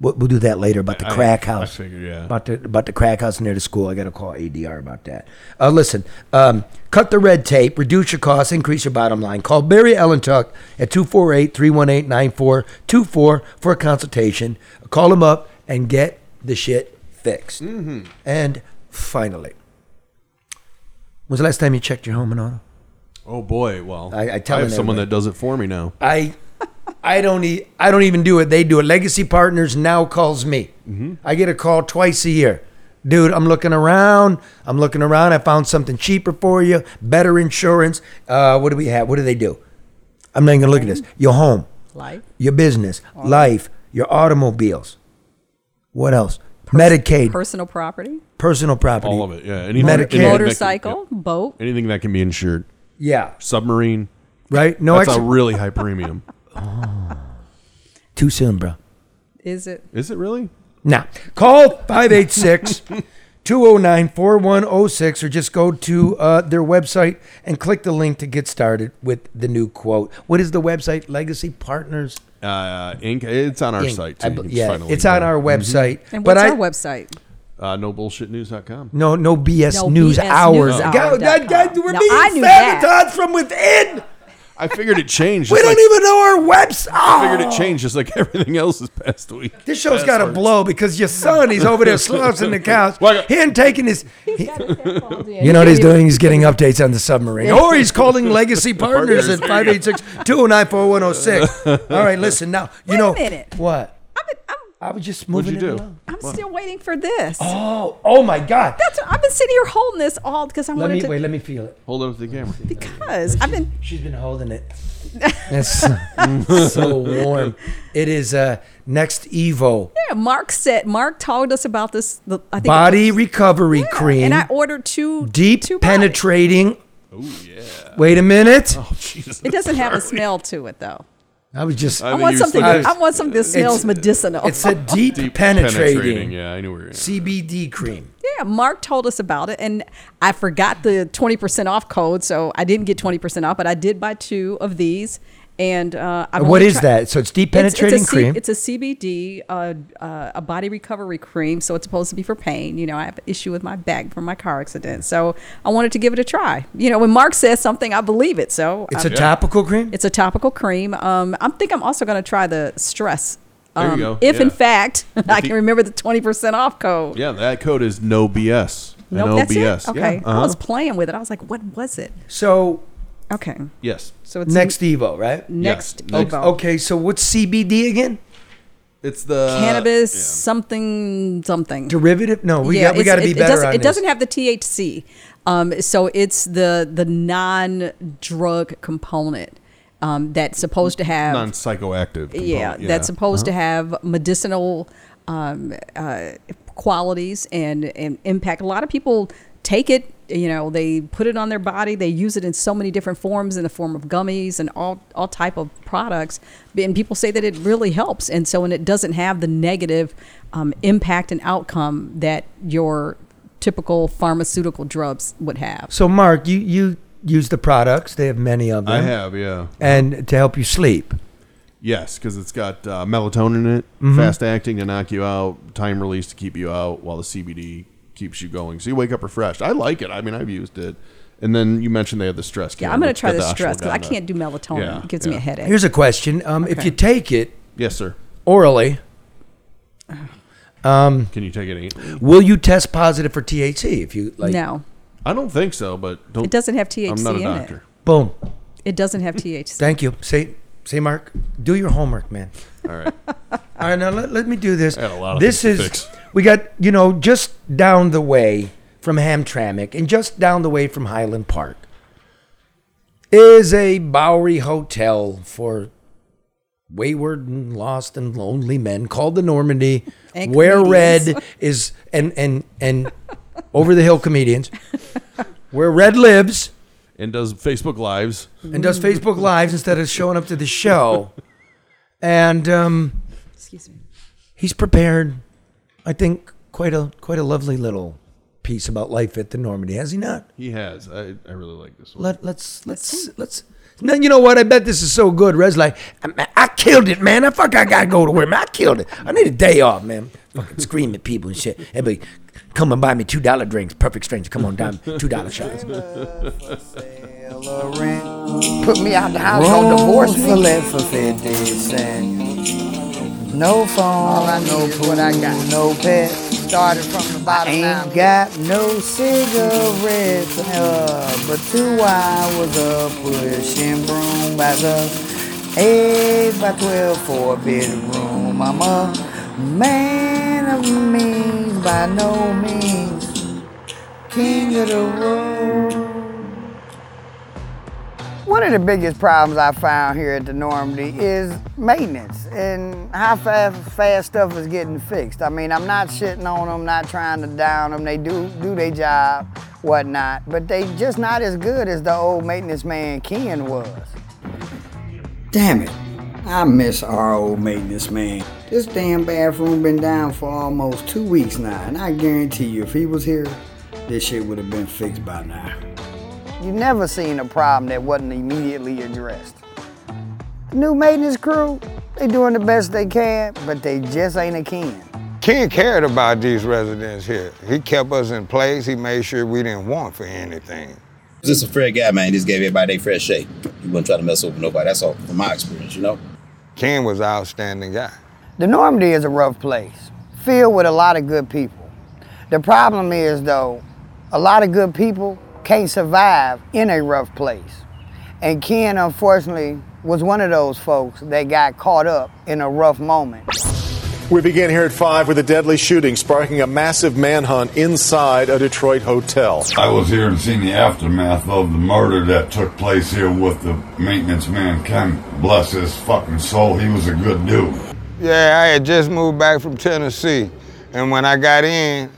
[SPEAKER 14] We'll, we'll do that later about the
[SPEAKER 6] I-
[SPEAKER 14] crack
[SPEAKER 6] I
[SPEAKER 14] house.
[SPEAKER 6] figured, yeah.
[SPEAKER 14] About the about the crack house near the school. I got to call ADR about that. Uh, listen, um, cut the red tape, reduce your costs, increase your bottom line. Call Barry Ellentuck at 248-318-9424 for a consultation. Call him up and get the shit fixed. fixed.
[SPEAKER 6] Mhm.
[SPEAKER 14] And finally, when's the last time you checked your home and auto?
[SPEAKER 6] Oh boy, well,
[SPEAKER 14] I- I tell
[SPEAKER 6] have
[SPEAKER 14] him
[SPEAKER 6] someone
[SPEAKER 14] everything.
[SPEAKER 6] that does it for me now.
[SPEAKER 14] I I don't e- I don't even do it. They do it. Legacy Partners now calls me.
[SPEAKER 6] Mm-hmm.
[SPEAKER 14] I get a call twice a year. Dude, I'm looking around. I'm looking around. I found something cheaper for you, better insurance. Uh, what do we have? What do they do? I'm not even gonna look at this. Your home,
[SPEAKER 15] Life.
[SPEAKER 14] your business, life, your automobiles. What else? Medicaid,
[SPEAKER 15] Personal property.
[SPEAKER 14] personal property.
[SPEAKER 6] All of it, yeah. Anything,
[SPEAKER 14] Medicaid.
[SPEAKER 6] anything that can-
[SPEAKER 15] Motorcycle. Boat.
[SPEAKER 6] yeah. anything that can be insured.
[SPEAKER 14] Yeah.
[SPEAKER 6] Submarine.
[SPEAKER 14] Right? No
[SPEAKER 6] That's
[SPEAKER 14] ex- Oh.
[SPEAKER 6] a really high premium.
[SPEAKER 14] Too soon, bro.
[SPEAKER 15] Is it?
[SPEAKER 6] Is it really?
[SPEAKER 14] Now, call 586 209 4106 or just go to uh, their website and click the link to get started with the new quote. What is the website? Legacy Partners.
[SPEAKER 6] Uh, Inc. It's on our
[SPEAKER 14] Inc.
[SPEAKER 6] site.
[SPEAKER 14] I
[SPEAKER 6] Too. You
[SPEAKER 14] bel-
[SPEAKER 6] can just
[SPEAKER 14] yeah,
[SPEAKER 6] find a link
[SPEAKER 14] it's on
[SPEAKER 6] there.
[SPEAKER 14] our website.
[SPEAKER 15] Mm-hmm. And
[SPEAKER 14] But
[SPEAKER 15] what's
[SPEAKER 14] I-
[SPEAKER 15] our website?
[SPEAKER 6] Uh, NoBullshitNews.com.
[SPEAKER 14] No, no BS
[SPEAKER 15] No
[SPEAKER 14] news
[SPEAKER 15] BS
[SPEAKER 14] hours.
[SPEAKER 15] news
[SPEAKER 14] God,
[SPEAKER 15] hour
[SPEAKER 14] that
[SPEAKER 15] dot
[SPEAKER 14] guy,
[SPEAKER 15] com.
[SPEAKER 14] we're
[SPEAKER 15] No,
[SPEAKER 14] being
[SPEAKER 15] I knew that.
[SPEAKER 14] sabotaged from within.
[SPEAKER 6] I figured it changed.
[SPEAKER 14] We
[SPEAKER 6] just
[SPEAKER 14] don't
[SPEAKER 6] like-
[SPEAKER 14] even know our website.
[SPEAKER 6] I figured it changed just like everything else this past week.
[SPEAKER 14] This show's got to
[SPEAKER 6] Passwords.
[SPEAKER 14] blow because your son, he's over there slouching the couch. Him taking his. he- you know what he's doing? He's getting updates on the submarine. Or he's calling Legacy Partners at 586 209 4106. All right, listen, now, you
[SPEAKER 15] Wait
[SPEAKER 14] know.
[SPEAKER 15] a minute.
[SPEAKER 14] What? I was just moving it along.
[SPEAKER 15] I'm still waiting for this.
[SPEAKER 14] Oh, oh my God.
[SPEAKER 15] That's I've been sitting here holding this all because I
[SPEAKER 14] Let
[SPEAKER 15] wanted
[SPEAKER 14] me,
[SPEAKER 15] to.
[SPEAKER 14] wait, let me feel it.
[SPEAKER 6] Hold on to the camera.
[SPEAKER 15] Because I've been.
[SPEAKER 14] She's been holding it. That's so warm. It is uh, next Evo
[SPEAKER 15] Yeah, Mark said. Mark told us about this. The, I think it
[SPEAKER 14] body
[SPEAKER 15] was-
[SPEAKER 14] recovery cream.
[SPEAKER 15] And I ordered two.
[SPEAKER 14] deep
[SPEAKER 15] two bodies.
[SPEAKER 14] penetrating.
[SPEAKER 6] Oh,
[SPEAKER 14] Wait a minute. Oh,
[SPEAKER 6] Jesus.
[SPEAKER 15] It doesn't have a smell to it though.
[SPEAKER 14] I was just.
[SPEAKER 6] I
[SPEAKER 15] I,
[SPEAKER 6] think
[SPEAKER 15] want
[SPEAKER 6] you
[SPEAKER 15] something.
[SPEAKER 6] said-
[SPEAKER 15] I want something that smells medicinal.
[SPEAKER 14] It's a deep, penetrating,
[SPEAKER 6] Yeah, I knew we were.
[SPEAKER 14] CBD cream.
[SPEAKER 15] Yeah, Mark told us about it, and I forgot the twenty percent off code, so I didn't get twenty percent off. But I did buy two of these, and uh, I've
[SPEAKER 14] What
[SPEAKER 15] only
[SPEAKER 14] is
[SPEAKER 15] tri-
[SPEAKER 14] that? So it's deep penetrating
[SPEAKER 15] it's a C-
[SPEAKER 14] cream.
[SPEAKER 15] It's a CBD, uh, uh, a body recovery cream, so it's supposed to be for pain. You know, I have an issue with my back from my car accident, so I wanted to give it a try. You know, when Mark says something, I believe it. So
[SPEAKER 14] It's
[SPEAKER 15] I'm-
[SPEAKER 14] a topical cream.
[SPEAKER 15] It's a topical cream. Um, I think I'm also going to try the stress.
[SPEAKER 6] There you
[SPEAKER 15] um,
[SPEAKER 6] go.
[SPEAKER 15] If in
[SPEAKER 6] Yeah.
[SPEAKER 15] fact I can
[SPEAKER 6] you-
[SPEAKER 15] remember the twenty percent off code.
[SPEAKER 6] Yeah, that code is no BS.
[SPEAKER 15] Nope,
[SPEAKER 6] no
[SPEAKER 15] that's
[SPEAKER 6] BS.
[SPEAKER 15] it. Okay,
[SPEAKER 6] Yeah,
[SPEAKER 15] I was
[SPEAKER 6] uh-huh.
[SPEAKER 15] playing with it. I was like, "What was it?"
[SPEAKER 14] So
[SPEAKER 15] Okay,
[SPEAKER 6] Yes.
[SPEAKER 15] so it's
[SPEAKER 14] next Evo, right?
[SPEAKER 15] Next
[SPEAKER 6] Yes, next-
[SPEAKER 15] Evo.
[SPEAKER 14] Okay, so what's CBD again?
[SPEAKER 6] It's the
[SPEAKER 15] cannabis something something.
[SPEAKER 14] Derivative? No, we got we
[SPEAKER 15] it's-
[SPEAKER 14] got to be
[SPEAKER 15] it, It
[SPEAKER 14] better
[SPEAKER 15] doesn't,
[SPEAKER 14] on
[SPEAKER 15] it doesn't
[SPEAKER 14] this.
[SPEAKER 15] have the THC, um, so it's the the non drug component um, that's supposed to have
[SPEAKER 6] non psychoactive.
[SPEAKER 15] yeah, that's supposed
[SPEAKER 6] Uh-huh.
[SPEAKER 15] to have medicinal um, uh, qualities and, and impact. A lot of people take it, you know, they put it on their body. They use it in so many different forms, in the form of gummies and all all type of products. And people say that it really helps. And so, when it doesn't have the negative um, impact and outcome that your typical pharmaceutical drugs would have.
[SPEAKER 14] So Mark, you you use the products. They have many of them.
[SPEAKER 6] I have, yeah.
[SPEAKER 14] And to help you sleep.
[SPEAKER 6] Yes, because it's got uh, melatonin in it,
[SPEAKER 15] Mm-hmm.
[SPEAKER 14] Mhm.
[SPEAKER 6] fast acting to knock you out, time release to keep you out, while the CBD keeps you going. So you wake up refreshed. I like it. I mean, I've used it. And then you mentioned they had the stress.
[SPEAKER 15] Yeah,
[SPEAKER 6] killer,
[SPEAKER 15] I'm going
[SPEAKER 6] which
[SPEAKER 15] to try
[SPEAKER 6] got
[SPEAKER 15] the
[SPEAKER 6] the
[SPEAKER 15] stress because I
[SPEAKER 6] ashwagandha.
[SPEAKER 15] can't do melatonin.
[SPEAKER 6] Yeah,
[SPEAKER 15] it gives me
[SPEAKER 6] yeah.
[SPEAKER 15] a headache.
[SPEAKER 14] Here's a question: um, If
[SPEAKER 15] Okay.
[SPEAKER 14] you take it
[SPEAKER 6] Yes, sir.
[SPEAKER 14] orally, um,
[SPEAKER 6] Can you take it? eight?
[SPEAKER 14] will you test positive for THC? If you like,
[SPEAKER 15] no,
[SPEAKER 6] I don't think so, but don't.
[SPEAKER 15] it doesn't have THC
[SPEAKER 6] I'm not a
[SPEAKER 15] in
[SPEAKER 6] doctor.
[SPEAKER 15] it.
[SPEAKER 14] Boom.
[SPEAKER 15] It doesn't have THC.
[SPEAKER 14] Thank you. Say, say, Mark, do your homework, man.
[SPEAKER 6] All right.
[SPEAKER 14] All right, now let, let me do this.
[SPEAKER 6] I had a lot of
[SPEAKER 14] this
[SPEAKER 6] things
[SPEAKER 14] is
[SPEAKER 6] to fix.
[SPEAKER 14] we got you know just down the way from Hamtramck and just down the way from Highland Park is a Bowery Hotel for wayward and lost and lonely men called the Normandy,
[SPEAKER 20] And
[SPEAKER 14] where
[SPEAKER 20] comedians.
[SPEAKER 14] red is and and and over the hill comedians, where red lives
[SPEAKER 6] And does Facebook Lives.
[SPEAKER 14] and does Facebook Lives instead of showing up to the show. And um,
[SPEAKER 15] Excuse me.
[SPEAKER 14] he's prepared, I think, quite a quite a lovely little piece about life at the Normandy, has he not?
[SPEAKER 6] He has. I, I really like this one.
[SPEAKER 14] Let let's let's let's. Now you know what? I bet this is so good. Red's like, I, I killed it, man. I fuck, I gotta go to work, man. I killed it. I need a day off, man. Fucking scream at people and shit. Everybody, come and buy me two dollar drinks. Perfect strangers, come on down, two dollar shots.
[SPEAKER 4] Put me out the house, don't divorce me.
[SPEAKER 21] for 50 cents. No phone,
[SPEAKER 4] All I know is what I got.
[SPEAKER 21] no pets.
[SPEAKER 4] started from the bottom
[SPEAKER 22] Ain't got no cigarettes, uh, but two hours of pushing broom by the eight by twelve four bedroom. I'm a man of means by no means, king of the road.
[SPEAKER 4] One of the biggest problems I found here at the Normandy is maintenance and how fast, fast stuff is getting fixed. I mean, I'm not shitting on them, not trying to down them. They do do their job, whatnot, but they just not as good as the old maintenance man Ken was.
[SPEAKER 22] Damn it. I miss our old maintenance man. This damn bathroom been down for almost two weeks now, and I guarantee you if he was here, this shit would have been fixed by now.
[SPEAKER 4] You never seen a problem that wasn't immediately addressed. The new maintenance crew, they doing the best they can, but they just ain't a kin.
[SPEAKER 23] King cared about these residents here. He kept us in place. He made sure we didn't want for anything.
[SPEAKER 24] Just a fair guy, man. He just gave everybody their fair shake. He wouldn't try to mess over nobody. That's all from my experience, you know?
[SPEAKER 23] King was an outstanding guy.
[SPEAKER 4] The Normandy is a rough place, filled with a lot of good people. The problem is, though, a lot of good people can't survive in a rough place. And Ken, unfortunately, was one of those folks that got caught up in a rough moment.
[SPEAKER 25] We begin here at 5 with a deadly shooting sparking a massive manhunt inside a Detroit hotel.
[SPEAKER 26] I was here and seen the aftermath of the murder that took place here with the maintenance man, Ken. Bless his fucking soul, he was a good dude.
[SPEAKER 23] Yeah, I had just moved back from Tennessee, and when I got in,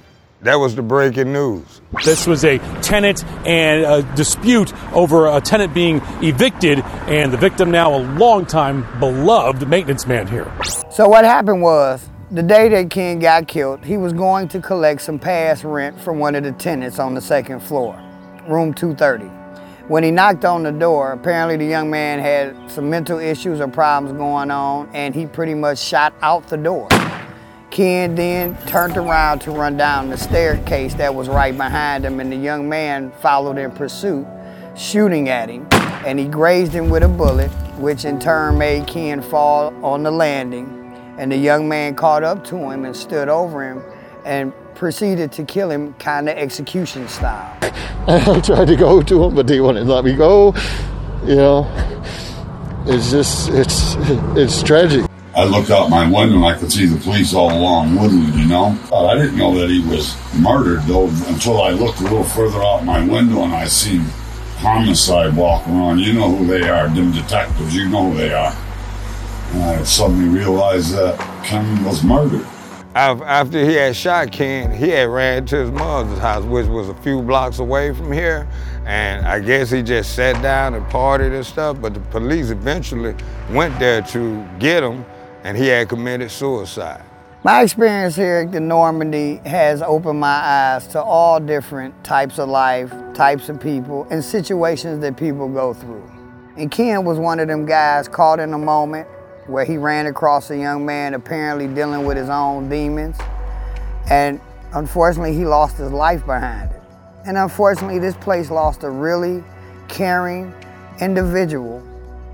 [SPEAKER 23] that was the breaking news.
[SPEAKER 27] This was a tenant and a dispute over a tenant being evicted, and the victim now a longtime beloved maintenance man here.
[SPEAKER 4] So what happened was, the day that Ken got killed, he was going to collect some past rent from one of the tenants on the second floor, room 230. When he knocked on the door, apparently the young man had some mental issues or problems going on, and he pretty much shot out the door. Ken then turned around to run down the staircase that was right behind him, and the young man followed in pursuit, shooting at him, and he grazed him with a bullet, which in turn made Ken fall on the landing. And the young man caught up to him and stood over him and proceeded to kill him, kind of execution style.
[SPEAKER 28] I tried to go to him, but he wouldn't let me go. You know, it's just it's it's tragic.
[SPEAKER 26] I looked out my window and I could see the police all along Woodland, you know? But I didn't know that he was murdered, though, until I looked a little further out my window and I seen homicide walking around. You know who they are, them detectives, you know who they are. And I suddenly realized that Ken was murdered.
[SPEAKER 23] Af- After he had shot Ken, he had ran to his mother's house, which was a few blocks away from here. And I guess he just sat down and partied and stuff, but the police eventually went there to get him, and he had committed suicide.
[SPEAKER 4] My experience here at the Normandy has opened my eyes to all different types of life, types of people, and situations that people go through. And Ken was one of them guys caught in a moment where he ran across a young man apparently dealing with his own demons. And unfortunately, he lost his life behind it. And unfortunately, this place lost a really caring individual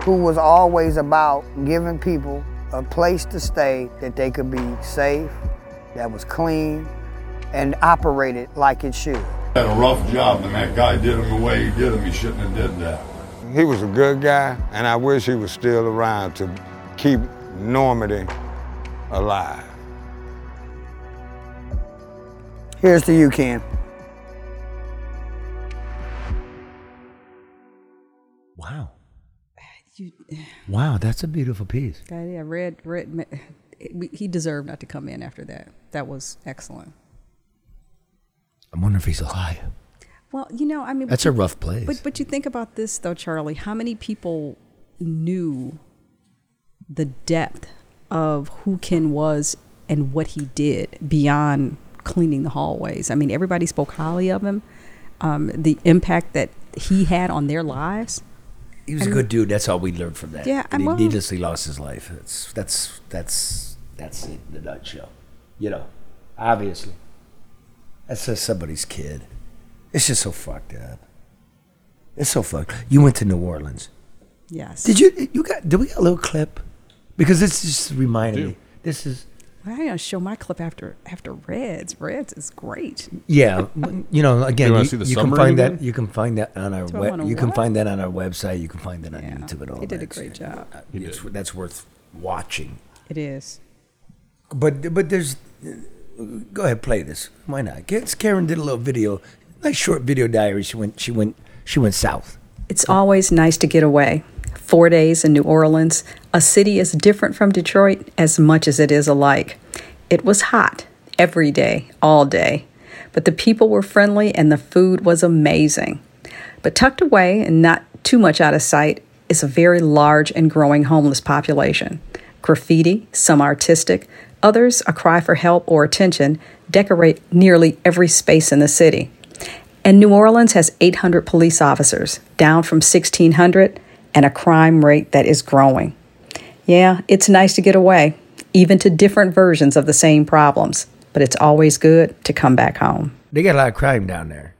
[SPEAKER 4] who was always about giving people a place to stay that they could be safe, that was clean, and operated like it should.
[SPEAKER 26] Had a rough job and that guy did him the way he did him, he shouldn't have did that.
[SPEAKER 23] He was a good guy, and I wish he was still around to keep Normandy alive.
[SPEAKER 4] Here's to you, Ken.
[SPEAKER 14] Wow.
[SPEAKER 15] You,
[SPEAKER 14] Wow, that's a beautiful piece.
[SPEAKER 15] I, I read, read we- he deserved not to come in after that. That was excellent.
[SPEAKER 14] I wonder if he's alive.
[SPEAKER 15] Well, you know, I mean,
[SPEAKER 14] That's
[SPEAKER 15] but
[SPEAKER 14] a
[SPEAKER 15] you-
[SPEAKER 14] rough place.
[SPEAKER 15] But but you think about this though, Charlie. How many people knew the depth of who Ken was and what he did beyond cleaning the hallways? I mean, everybody spoke highly of him. Um, the impact that he had on their lives.
[SPEAKER 14] He was
[SPEAKER 15] I
[SPEAKER 14] a
[SPEAKER 15] mean,
[SPEAKER 14] good dude. That's all we learned from that.
[SPEAKER 15] Yeah,
[SPEAKER 14] and he
[SPEAKER 15] well-
[SPEAKER 14] needlessly lost his life. That's that's that's that's it in a nutshell. You know, obviously, that's just somebody's kid. It's just so fucked up. It's so fucked. You went to New Orleans.
[SPEAKER 15] Yes.
[SPEAKER 14] Did you? You got? Did we get a little clip? Because this just reminded me. This is
[SPEAKER 15] I'm gonna show my clip after after Reds. Reds is great.
[SPEAKER 14] Yeah, you know, again,
[SPEAKER 6] You wanna
[SPEAKER 14] you,
[SPEAKER 6] see the
[SPEAKER 14] you can
[SPEAKER 6] summary
[SPEAKER 14] find
[SPEAKER 6] again?
[SPEAKER 14] that you can find that on our
[SPEAKER 15] Do I
[SPEAKER 14] web,
[SPEAKER 15] wanna
[SPEAKER 14] you can
[SPEAKER 15] what?
[SPEAKER 14] find that on our website. You can find that on YouTube and all.
[SPEAKER 15] They did a
[SPEAKER 14] that.
[SPEAKER 15] great job.
[SPEAKER 14] It's, that's worth watching.
[SPEAKER 15] It is.
[SPEAKER 14] But but there's, go ahead, play this. Why not? Gets- Karen did a little video, nice short video diary. She went she went she went south.
[SPEAKER 15] It's always nice to get away. Four days in New Orleans, a city as different from Detroit as much as it is alike. It was hot every day, all day, but the people were friendly and the food was amazing. But tucked away and not too much out of sight is a very large and growing homeless population. Graffiti, some artistic, others a cry for help or attention, decorate nearly every space in the city. And New Orleans has 800 police officers, down from 1,600, and a crime rate that is growing. Yeah, it's nice to get away, even to different versions of the same problems, but it's always good to come back home.
[SPEAKER 14] They got a lot of crime down there.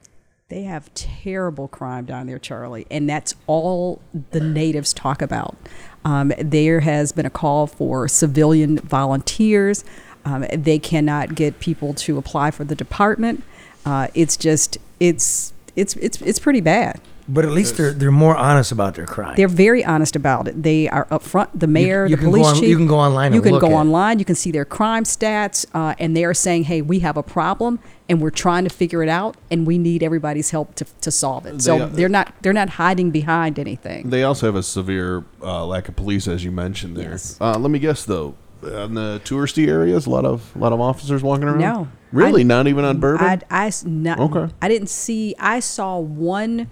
[SPEAKER 15] They have terrible crime down there, Charlie, and that's all the natives talk about. Um, there has been a call for civilian volunteers. Um, they cannot get people to apply for the department. Uh, it's just it's it's it's it's pretty bad.
[SPEAKER 14] But at least they're they're more honest about their crime.
[SPEAKER 15] They're very honest about it. They are upfront. The mayor,
[SPEAKER 14] you
[SPEAKER 15] the
[SPEAKER 14] can go
[SPEAKER 15] police
[SPEAKER 14] on-
[SPEAKER 15] chief.
[SPEAKER 14] you can go online
[SPEAKER 15] You
[SPEAKER 14] and
[SPEAKER 15] can
[SPEAKER 14] look
[SPEAKER 15] go
[SPEAKER 14] at it.
[SPEAKER 15] online. You can see their crime stats, uh, and they are saying, "Hey, we have a problem, and we're trying to figure it out, and we need everybody's help to, to solve it." So
[SPEAKER 6] They, uh,
[SPEAKER 15] they, are not they're not hiding behind anything.
[SPEAKER 6] They also have a severe uh, lack of police, as you mentioned there. Uh, let me guess, though, on the touristy areas, a lot of lot of officers walking around.
[SPEAKER 15] No.
[SPEAKER 6] really,
[SPEAKER 15] I-
[SPEAKER 6] not even on Bourbon.
[SPEAKER 15] I, I s- not,
[SPEAKER 6] Okay.
[SPEAKER 15] I didn't see. I saw one,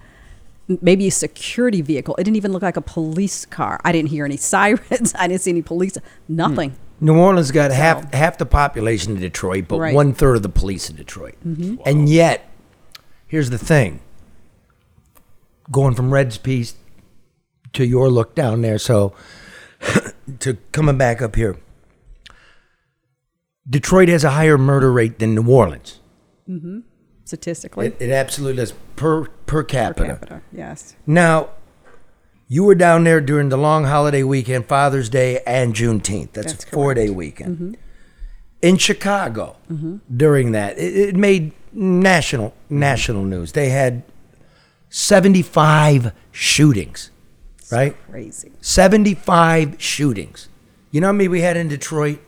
[SPEAKER 15] maybe a security vehicle. It didn't even look like a police car. I didn't hear any sirens. I didn't see any police. Nothing.
[SPEAKER 14] New Orleans got half half the population of Detroit, but
[SPEAKER 15] Right.
[SPEAKER 14] one third of the police in Detroit.
[SPEAKER 15] Mhm.
[SPEAKER 14] And yet, here's the thing: going from Red's piece to your look down there, so to coming back up here, Detroit has a higher murder rate than New Orleans.
[SPEAKER 15] hmm Statistically,
[SPEAKER 14] It, it absolutely does per per capita.
[SPEAKER 15] capita. Yes.
[SPEAKER 14] Now, you were down there during the long holiday weekend, Father's Day and Juneteenth. That's,
[SPEAKER 15] That's
[SPEAKER 14] a four day weekend
[SPEAKER 15] hmm
[SPEAKER 14] in Chicago
[SPEAKER 15] Mhm.
[SPEAKER 14] during that. It, it made national national news. They had seventy five shootings, right?
[SPEAKER 15] Crazy.
[SPEAKER 14] Seventy five shootings. You know how many we had in Detroit?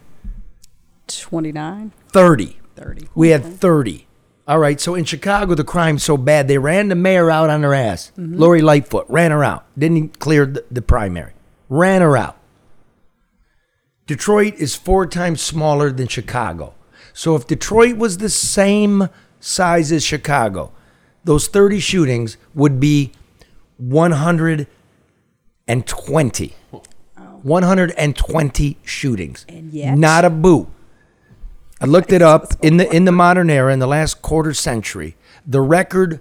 [SPEAKER 15] 29
[SPEAKER 14] Thirty.
[SPEAKER 15] 30
[SPEAKER 14] We had thirty. All right. So in Chicago, the crime's so bad they ran the mayor out on her ass.
[SPEAKER 15] Mhm.
[SPEAKER 14] Lori Lightfoot ran her out. Didn't clear the, the primary. Ran her out. Detroit is four times smaller than Chicago. So if Detroit was the same size as Chicago, those 30 shootings would be 120. 120 shootings. Oh. And
[SPEAKER 15] yet-
[SPEAKER 14] Not a boo. I looked it up in the in the modern era in the last quarter century. The record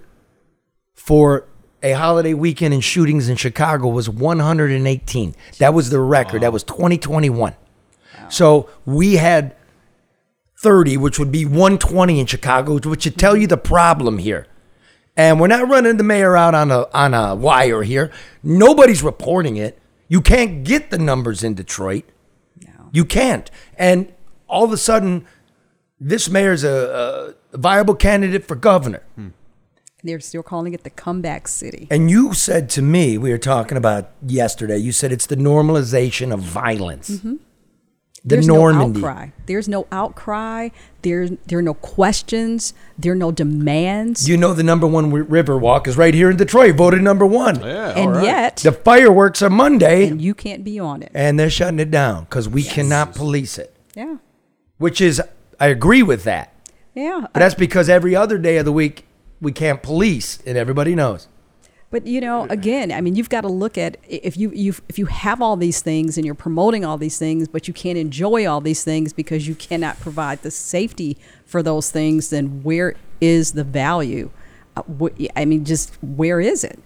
[SPEAKER 14] for a holiday weekend in shootings in Chicago was 118. That was the record. That was 2021. So we had 30, which would be 120 in Chicago, which should tell you the problem here. And we're not running the mayor out on a on a wire here. Nobody's reporting it. You can't get the numbers in Detroit. You can't. And all of a sudden, this mayor's a, a viable candidate for governor.
[SPEAKER 15] they're still calling it the comeback city
[SPEAKER 14] And you said to me, we were talking about yesterday, you said it's the normalization of violence.
[SPEAKER 15] Mhm.
[SPEAKER 14] The
[SPEAKER 15] there's
[SPEAKER 14] Normandy.
[SPEAKER 15] no outcry there's no outcry there there are no questions there are no demands
[SPEAKER 14] you know the number one wi- river walk is right here in Detroit, voted number one. Yeah,
[SPEAKER 15] And all right. yet-
[SPEAKER 14] the fireworks are Monday,
[SPEAKER 15] and you can't be on it
[SPEAKER 14] and they're shutting it down because we cannot police it.
[SPEAKER 15] yeah
[SPEAKER 14] Which is, I agree with that,
[SPEAKER 15] yeah
[SPEAKER 14] but that's because every other day of the week we can't police, and everybody knows.
[SPEAKER 15] But you know, again, I mean, you've got to look at i- if you you if you have all these things and you're promoting all these things, but you can't enjoy all these things because you cannot provide the safety for those things. Then where is the value? Uh, wh- I mean, just where is it?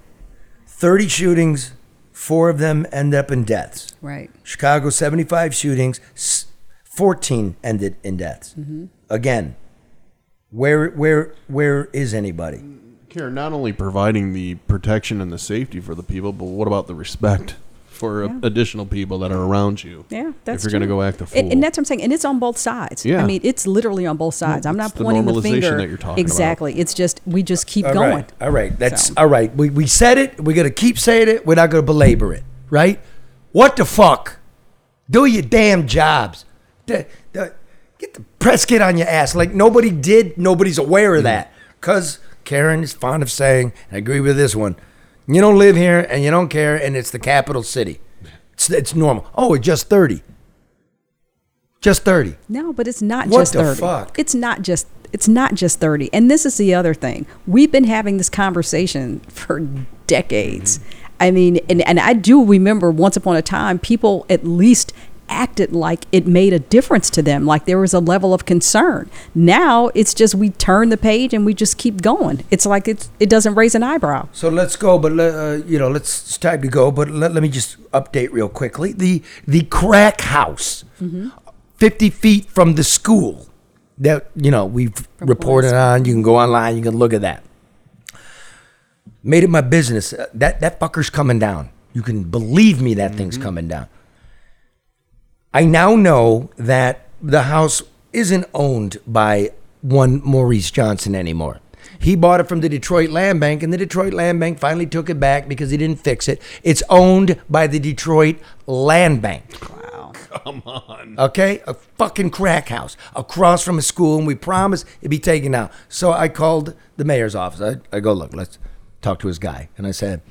[SPEAKER 14] Thirty shootings, four of them end up in deaths.
[SPEAKER 15] Right.
[SPEAKER 14] Chicago, 75 shootings, s- 14 ended in deaths.
[SPEAKER 6] Mhm.
[SPEAKER 14] Again, where where where is anybody?
[SPEAKER 6] Karen, not only providing the protection and the safety for the people, but what about the respect?
[SPEAKER 8] for
[SPEAKER 15] Yeah.
[SPEAKER 8] additional people that are around you.
[SPEAKER 15] Yeah,
[SPEAKER 8] if
[SPEAKER 15] that's
[SPEAKER 8] you're going to
[SPEAKER 15] true.
[SPEAKER 8] go act a fool.
[SPEAKER 15] And, and that's what I'm saying. And it's on both sides.
[SPEAKER 8] Yeah.
[SPEAKER 15] I mean, it's literally on both sides. I'm not
[SPEAKER 8] it's the
[SPEAKER 15] pointing the,
[SPEAKER 8] normalization
[SPEAKER 15] finger.
[SPEAKER 8] that you're talking about.
[SPEAKER 15] exactly. It's just we just keep
[SPEAKER 14] All
[SPEAKER 15] going.
[SPEAKER 14] right, All right. That's all right. We, we said it. We're going to keep saying it. We're not going to belabor it. Right? What the fuck? Do your damn jobs. The- the- get the press kit on your ass. Like nobody did. Nobody's aware
[SPEAKER 15] Mm.
[SPEAKER 14] of that. Because Karen is fond of saying, and I agree with this one, you don't live here and you don't care, and it's the capital city. It's, it's normal. Oh, we're just 30. Just 30.
[SPEAKER 15] No, but it's not
[SPEAKER 14] What
[SPEAKER 15] just
[SPEAKER 14] the
[SPEAKER 15] 30.
[SPEAKER 14] fuck?
[SPEAKER 15] It's not just it's not just 30. And this is the other thing. We've been having this conversation for decades.
[SPEAKER 14] Mm-hmm.
[SPEAKER 15] I mean, and, and I do remember once upon a time people at least acted like it made a difference to them, like there was a level of concern. Now it's just we turn the page and we just keep going. It's like it's it doesn't raise an eyebrow.
[SPEAKER 14] So let's go, but let, uh, you know, let's it's time to go. But let, let me just update real quickly. The the crack house, fifty feet from the school, that you know we've reported on. You can go online. You can look at that. Made it my business. Uh, That that fucker's coming down. You can believe me. That thing's coming down. I now know that the house isn't owned by one Maurice Johnson anymore. He bought it from the Detroit Land Bank, and the Detroit Land Bank finally took it back because he didn't fix it. It's owned by the Detroit Land Bank.
[SPEAKER 8] Come on.
[SPEAKER 14] Okay, a fucking crack house across from a school, and we promised it'd be taken out. So I called the mayor's office. I, I go, look, let's talk to his guy, and I said,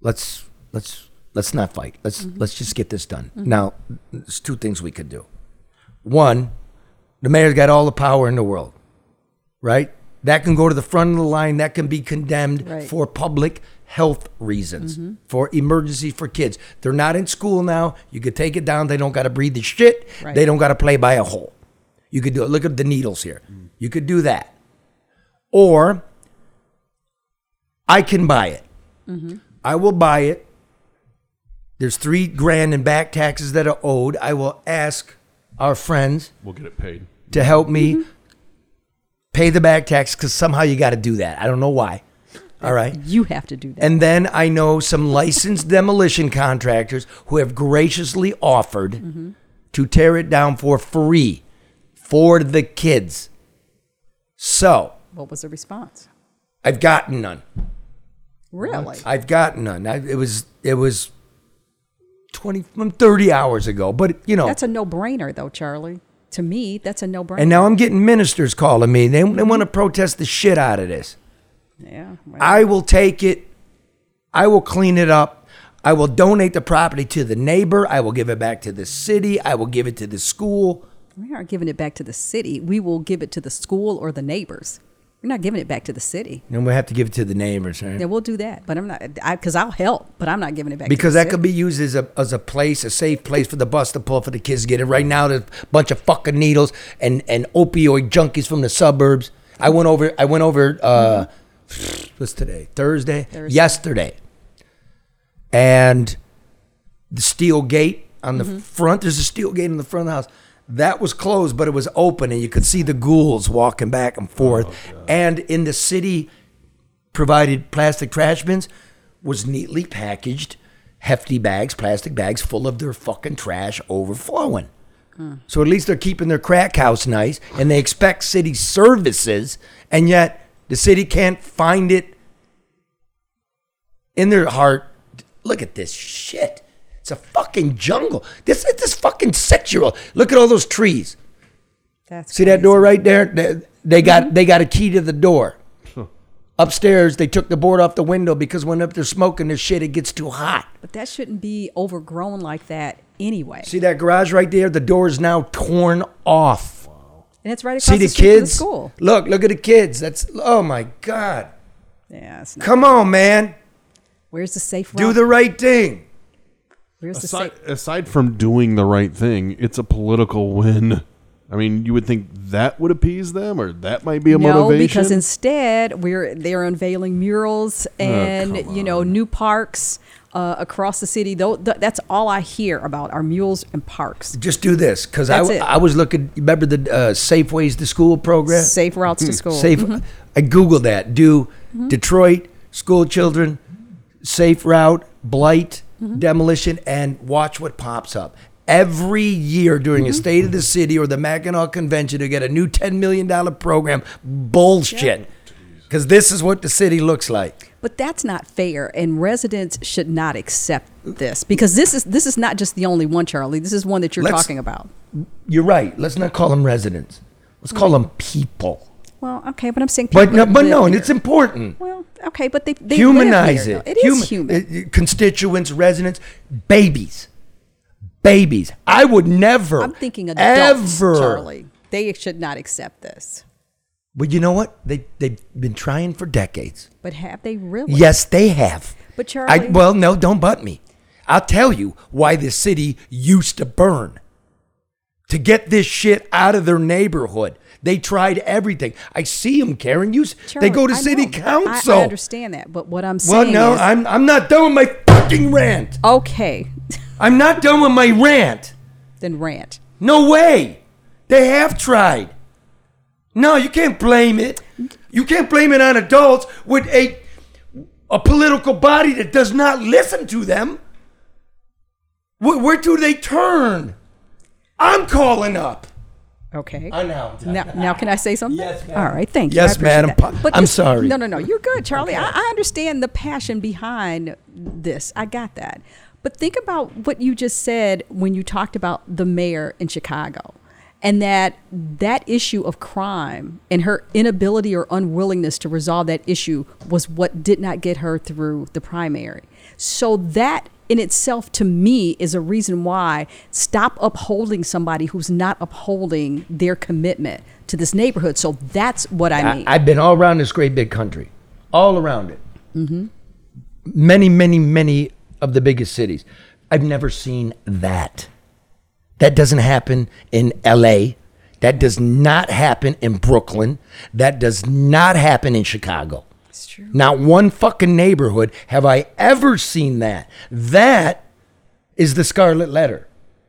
[SPEAKER 14] let's let's let's not fight. Let's let's just get this done.
[SPEAKER 29] Mhm.
[SPEAKER 14] Now, there's two things we could do. One, the mayor's got all the power in the world, right? That can go to the front of the line. That can be condemned
[SPEAKER 29] Right.
[SPEAKER 14] for public health reasons,
[SPEAKER 29] Mhm.
[SPEAKER 14] for emergency for kids. They're not in school now. You could take it down. They don't got to breathe the shit.
[SPEAKER 29] Right.
[SPEAKER 14] They don't got to play by a hole. You could do it. Look at the needles here. You could do that. Or I can buy it. I will buy it. There's three grand in back taxes that are owed. I will ask our friends
[SPEAKER 8] We'll get it paid.
[SPEAKER 14] to help me pay the back tax because somehow you got to do that. I don't know why. All right.
[SPEAKER 15] You have to do that.
[SPEAKER 14] And then I know some licensed demolition contractors who have graciously offered to tear it down for free for the kids. So
[SPEAKER 15] What was the response?
[SPEAKER 14] I've gotten none.
[SPEAKER 15] Really?
[SPEAKER 14] I've gotten none. I, it was it was 20 30 hours ago, but you know,
[SPEAKER 15] That's a no-brainer though, Charlie. To me, that's a no-brainer.
[SPEAKER 14] and now I'm getting ministers calling me. They they want to protest the shit out of this.
[SPEAKER 15] yeah.
[SPEAKER 14] I will take it. I will clean it up. I will donate the property to the neighbor. I will give it back to the city. I will give it to the school.
[SPEAKER 15] We aren't giving it back to the city. We will give it to the school or the neighbors. We're not giving it back to the city.
[SPEAKER 14] And we have to give it to the neighbors, right?
[SPEAKER 15] Yeah, we'll do that, but I'm not because I'll help, but I'm not giving it back
[SPEAKER 14] because
[SPEAKER 15] to the
[SPEAKER 14] that could be used as a as a place, a safe place for the bus to pull for the kids to get it. Right now, there's a bunch of fucking needles and and opioid junkies from the suburbs. I went over. I went over. Uh, What's today? Thursday.
[SPEAKER 29] Thursday.
[SPEAKER 14] Yesterday. And the steel gate on the
[SPEAKER 15] Mm-hmm.
[SPEAKER 29] Mhm.
[SPEAKER 14] front. There's a steel gate in the front of the house. That was closed, but it was open, and you could see the ghouls walking back and forth. and in the city provided plastic trash bins was neatly packaged, hefty bags, plastic bags full of their fucking trash overflowing.
[SPEAKER 29] Mm.
[SPEAKER 14] So at least they're keeping their crack house nice and they expect city services, and yet the city can't find it in their heart. Look at this shit. It's a fucking jungle. This is this fucking sexual. Look at all those trees.
[SPEAKER 15] That's
[SPEAKER 14] See that door right there? They, they got
[SPEAKER 15] Mm-hmm.
[SPEAKER 14] they got a key to the door. Upstairs, they took the board off the window because when up there smoking this shit, it gets too hot.
[SPEAKER 15] But that shouldn't be overgrown like that anyway.
[SPEAKER 14] See that garage right there? The door is now torn off.
[SPEAKER 15] and it's right across
[SPEAKER 14] See
[SPEAKER 15] the,
[SPEAKER 14] the
[SPEAKER 15] street from
[SPEAKER 14] kids?
[SPEAKER 15] the school.
[SPEAKER 14] Look, look at the kids. That's oh my god.
[SPEAKER 15] Yeah, it's not.
[SPEAKER 14] Come on, man.
[SPEAKER 15] Where's the safe?
[SPEAKER 14] Do
[SPEAKER 15] route?
[SPEAKER 14] the right thing.
[SPEAKER 15] Where's the
[SPEAKER 8] Aside,
[SPEAKER 15] safe?
[SPEAKER 8] aside from doing the right thing, it's a political win. I mean, you would think that would appease them, or that might be a
[SPEAKER 15] no,
[SPEAKER 8] motivation.
[SPEAKER 15] because instead we're they're unveiling
[SPEAKER 14] Oh,
[SPEAKER 15] murals and you know new parks uh, across the city. Though th- that's all I hear about are mules and parks.
[SPEAKER 14] Just do this because I,
[SPEAKER 15] That's
[SPEAKER 14] w-
[SPEAKER 15] it.
[SPEAKER 14] I was looking. Remember the uh, Safeways to School program? Hmm.
[SPEAKER 15] Safe routes to school.
[SPEAKER 14] Safe.
[SPEAKER 15] Mhm.
[SPEAKER 14] I googled that. Do
[SPEAKER 15] Mhm.
[SPEAKER 14] Detroit school children safe route blight
[SPEAKER 15] Mm-hmm.
[SPEAKER 14] demolition and watch what pops up. Every year during
[SPEAKER 15] Mm-hmm.
[SPEAKER 14] a state of the city or the Mackinac convention, they get a new $10 million program. Bullshit. Because this is what the city looks like.
[SPEAKER 15] But that's not fair, and residents should not accept this because this is this is not just the only one, Charlie. This is one that you're
[SPEAKER 14] Let's-
[SPEAKER 15] talking about.
[SPEAKER 14] You're right. Let's not call them residents, let's call them people.
[SPEAKER 15] Well, okay, but I'm saying Mm-hmm.
[SPEAKER 14] But
[SPEAKER 15] people
[SPEAKER 14] no,
[SPEAKER 15] that
[SPEAKER 14] but
[SPEAKER 15] live
[SPEAKER 14] no, and
[SPEAKER 15] here.
[SPEAKER 14] it's important.
[SPEAKER 15] okay, but they, they
[SPEAKER 14] humanize
[SPEAKER 15] live
[SPEAKER 14] it.
[SPEAKER 15] here, though. It is
[SPEAKER 14] Huma-
[SPEAKER 15] human.
[SPEAKER 14] uh, uh, Constituents, residents, babies, babies. I would never.
[SPEAKER 15] I'm thinking adults,
[SPEAKER 14] ever.
[SPEAKER 15] Charlie. They should not accept this.
[SPEAKER 14] But you know what? They they've been trying for decades.
[SPEAKER 15] But have they really?
[SPEAKER 14] Yes, they have.
[SPEAKER 15] But Charlie,
[SPEAKER 14] I, well, no, don't butt me. I'll tell you why this city used to burn. To get this shit out of their neighborhood, they tried everything. I see them, Karen. You, s-
[SPEAKER 15] Charlie,
[SPEAKER 14] they go to
[SPEAKER 15] I
[SPEAKER 14] city
[SPEAKER 15] know. I-
[SPEAKER 14] council.
[SPEAKER 15] I, understand that, but what I'm
[SPEAKER 14] well,
[SPEAKER 15] saying
[SPEAKER 14] no,
[SPEAKER 15] is,
[SPEAKER 14] I'm I'm not done with my fucking rant.
[SPEAKER 15] okay,
[SPEAKER 14] I'm not done with my rant.
[SPEAKER 15] then rant.
[SPEAKER 14] No way. They have tried. No, you can't blame it. You can't blame it on adults with a a political body that does not listen to them. Where, where do they turn? I'm calling up.
[SPEAKER 15] Okay.
[SPEAKER 14] I know.
[SPEAKER 15] Now, now can I say something? Yes, ma'am. All right, thank you. I
[SPEAKER 14] Yes,
[SPEAKER 15] appreciate
[SPEAKER 14] madam.
[SPEAKER 15] that.
[SPEAKER 14] Pa- I'm
[SPEAKER 15] this-
[SPEAKER 14] sorry.
[SPEAKER 15] No, no, no. You're good, Charlie. I, I understand the passion behind this. I got that. But think about what you just said when you talked about the mayor in Chicago and that that issue of crime and her inability or unwillingness to resolve that issue was what did not get her through the primary. So that in itself to me is a reason why stop upholding somebody who's not upholding their commitment to this neighborhood. So that's what I mean.
[SPEAKER 14] have been all around this great big country, all around it.
[SPEAKER 15] Mhm.
[SPEAKER 14] Many, many, many of the biggest cities. I've never seen that. That doesn't happen in LA. That does not happen in Brooklyn. That does not happen in Chicago. It's true. Not one fucking neighborhood have I ever seen that. That is the scarlet letter.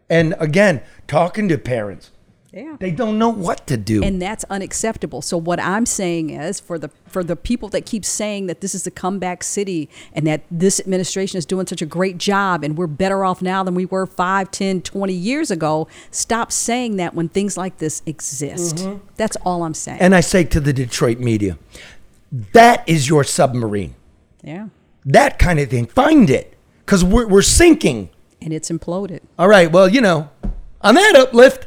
[SPEAKER 14] And again, talking to parents,
[SPEAKER 15] Yeah.
[SPEAKER 14] they don't know what to do.
[SPEAKER 15] and that's unacceptable. So what I'm saying is for the for the people that keep saying that this is the comeback city and that this administration is doing such a great job and we're better off now than we were 5, 10, 20 years ago, stop saying that when things like this exist.
[SPEAKER 14] Mhm.
[SPEAKER 15] That's all I'm saying.
[SPEAKER 14] And I say to the Detroit media, that is your submarine.
[SPEAKER 15] yeah.
[SPEAKER 14] That kind of thing. Find it because we're, we're sinking.
[SPEAKER 15] And it's imploded.
[SPEAKER 14] All right. Well, you know, on that uplift,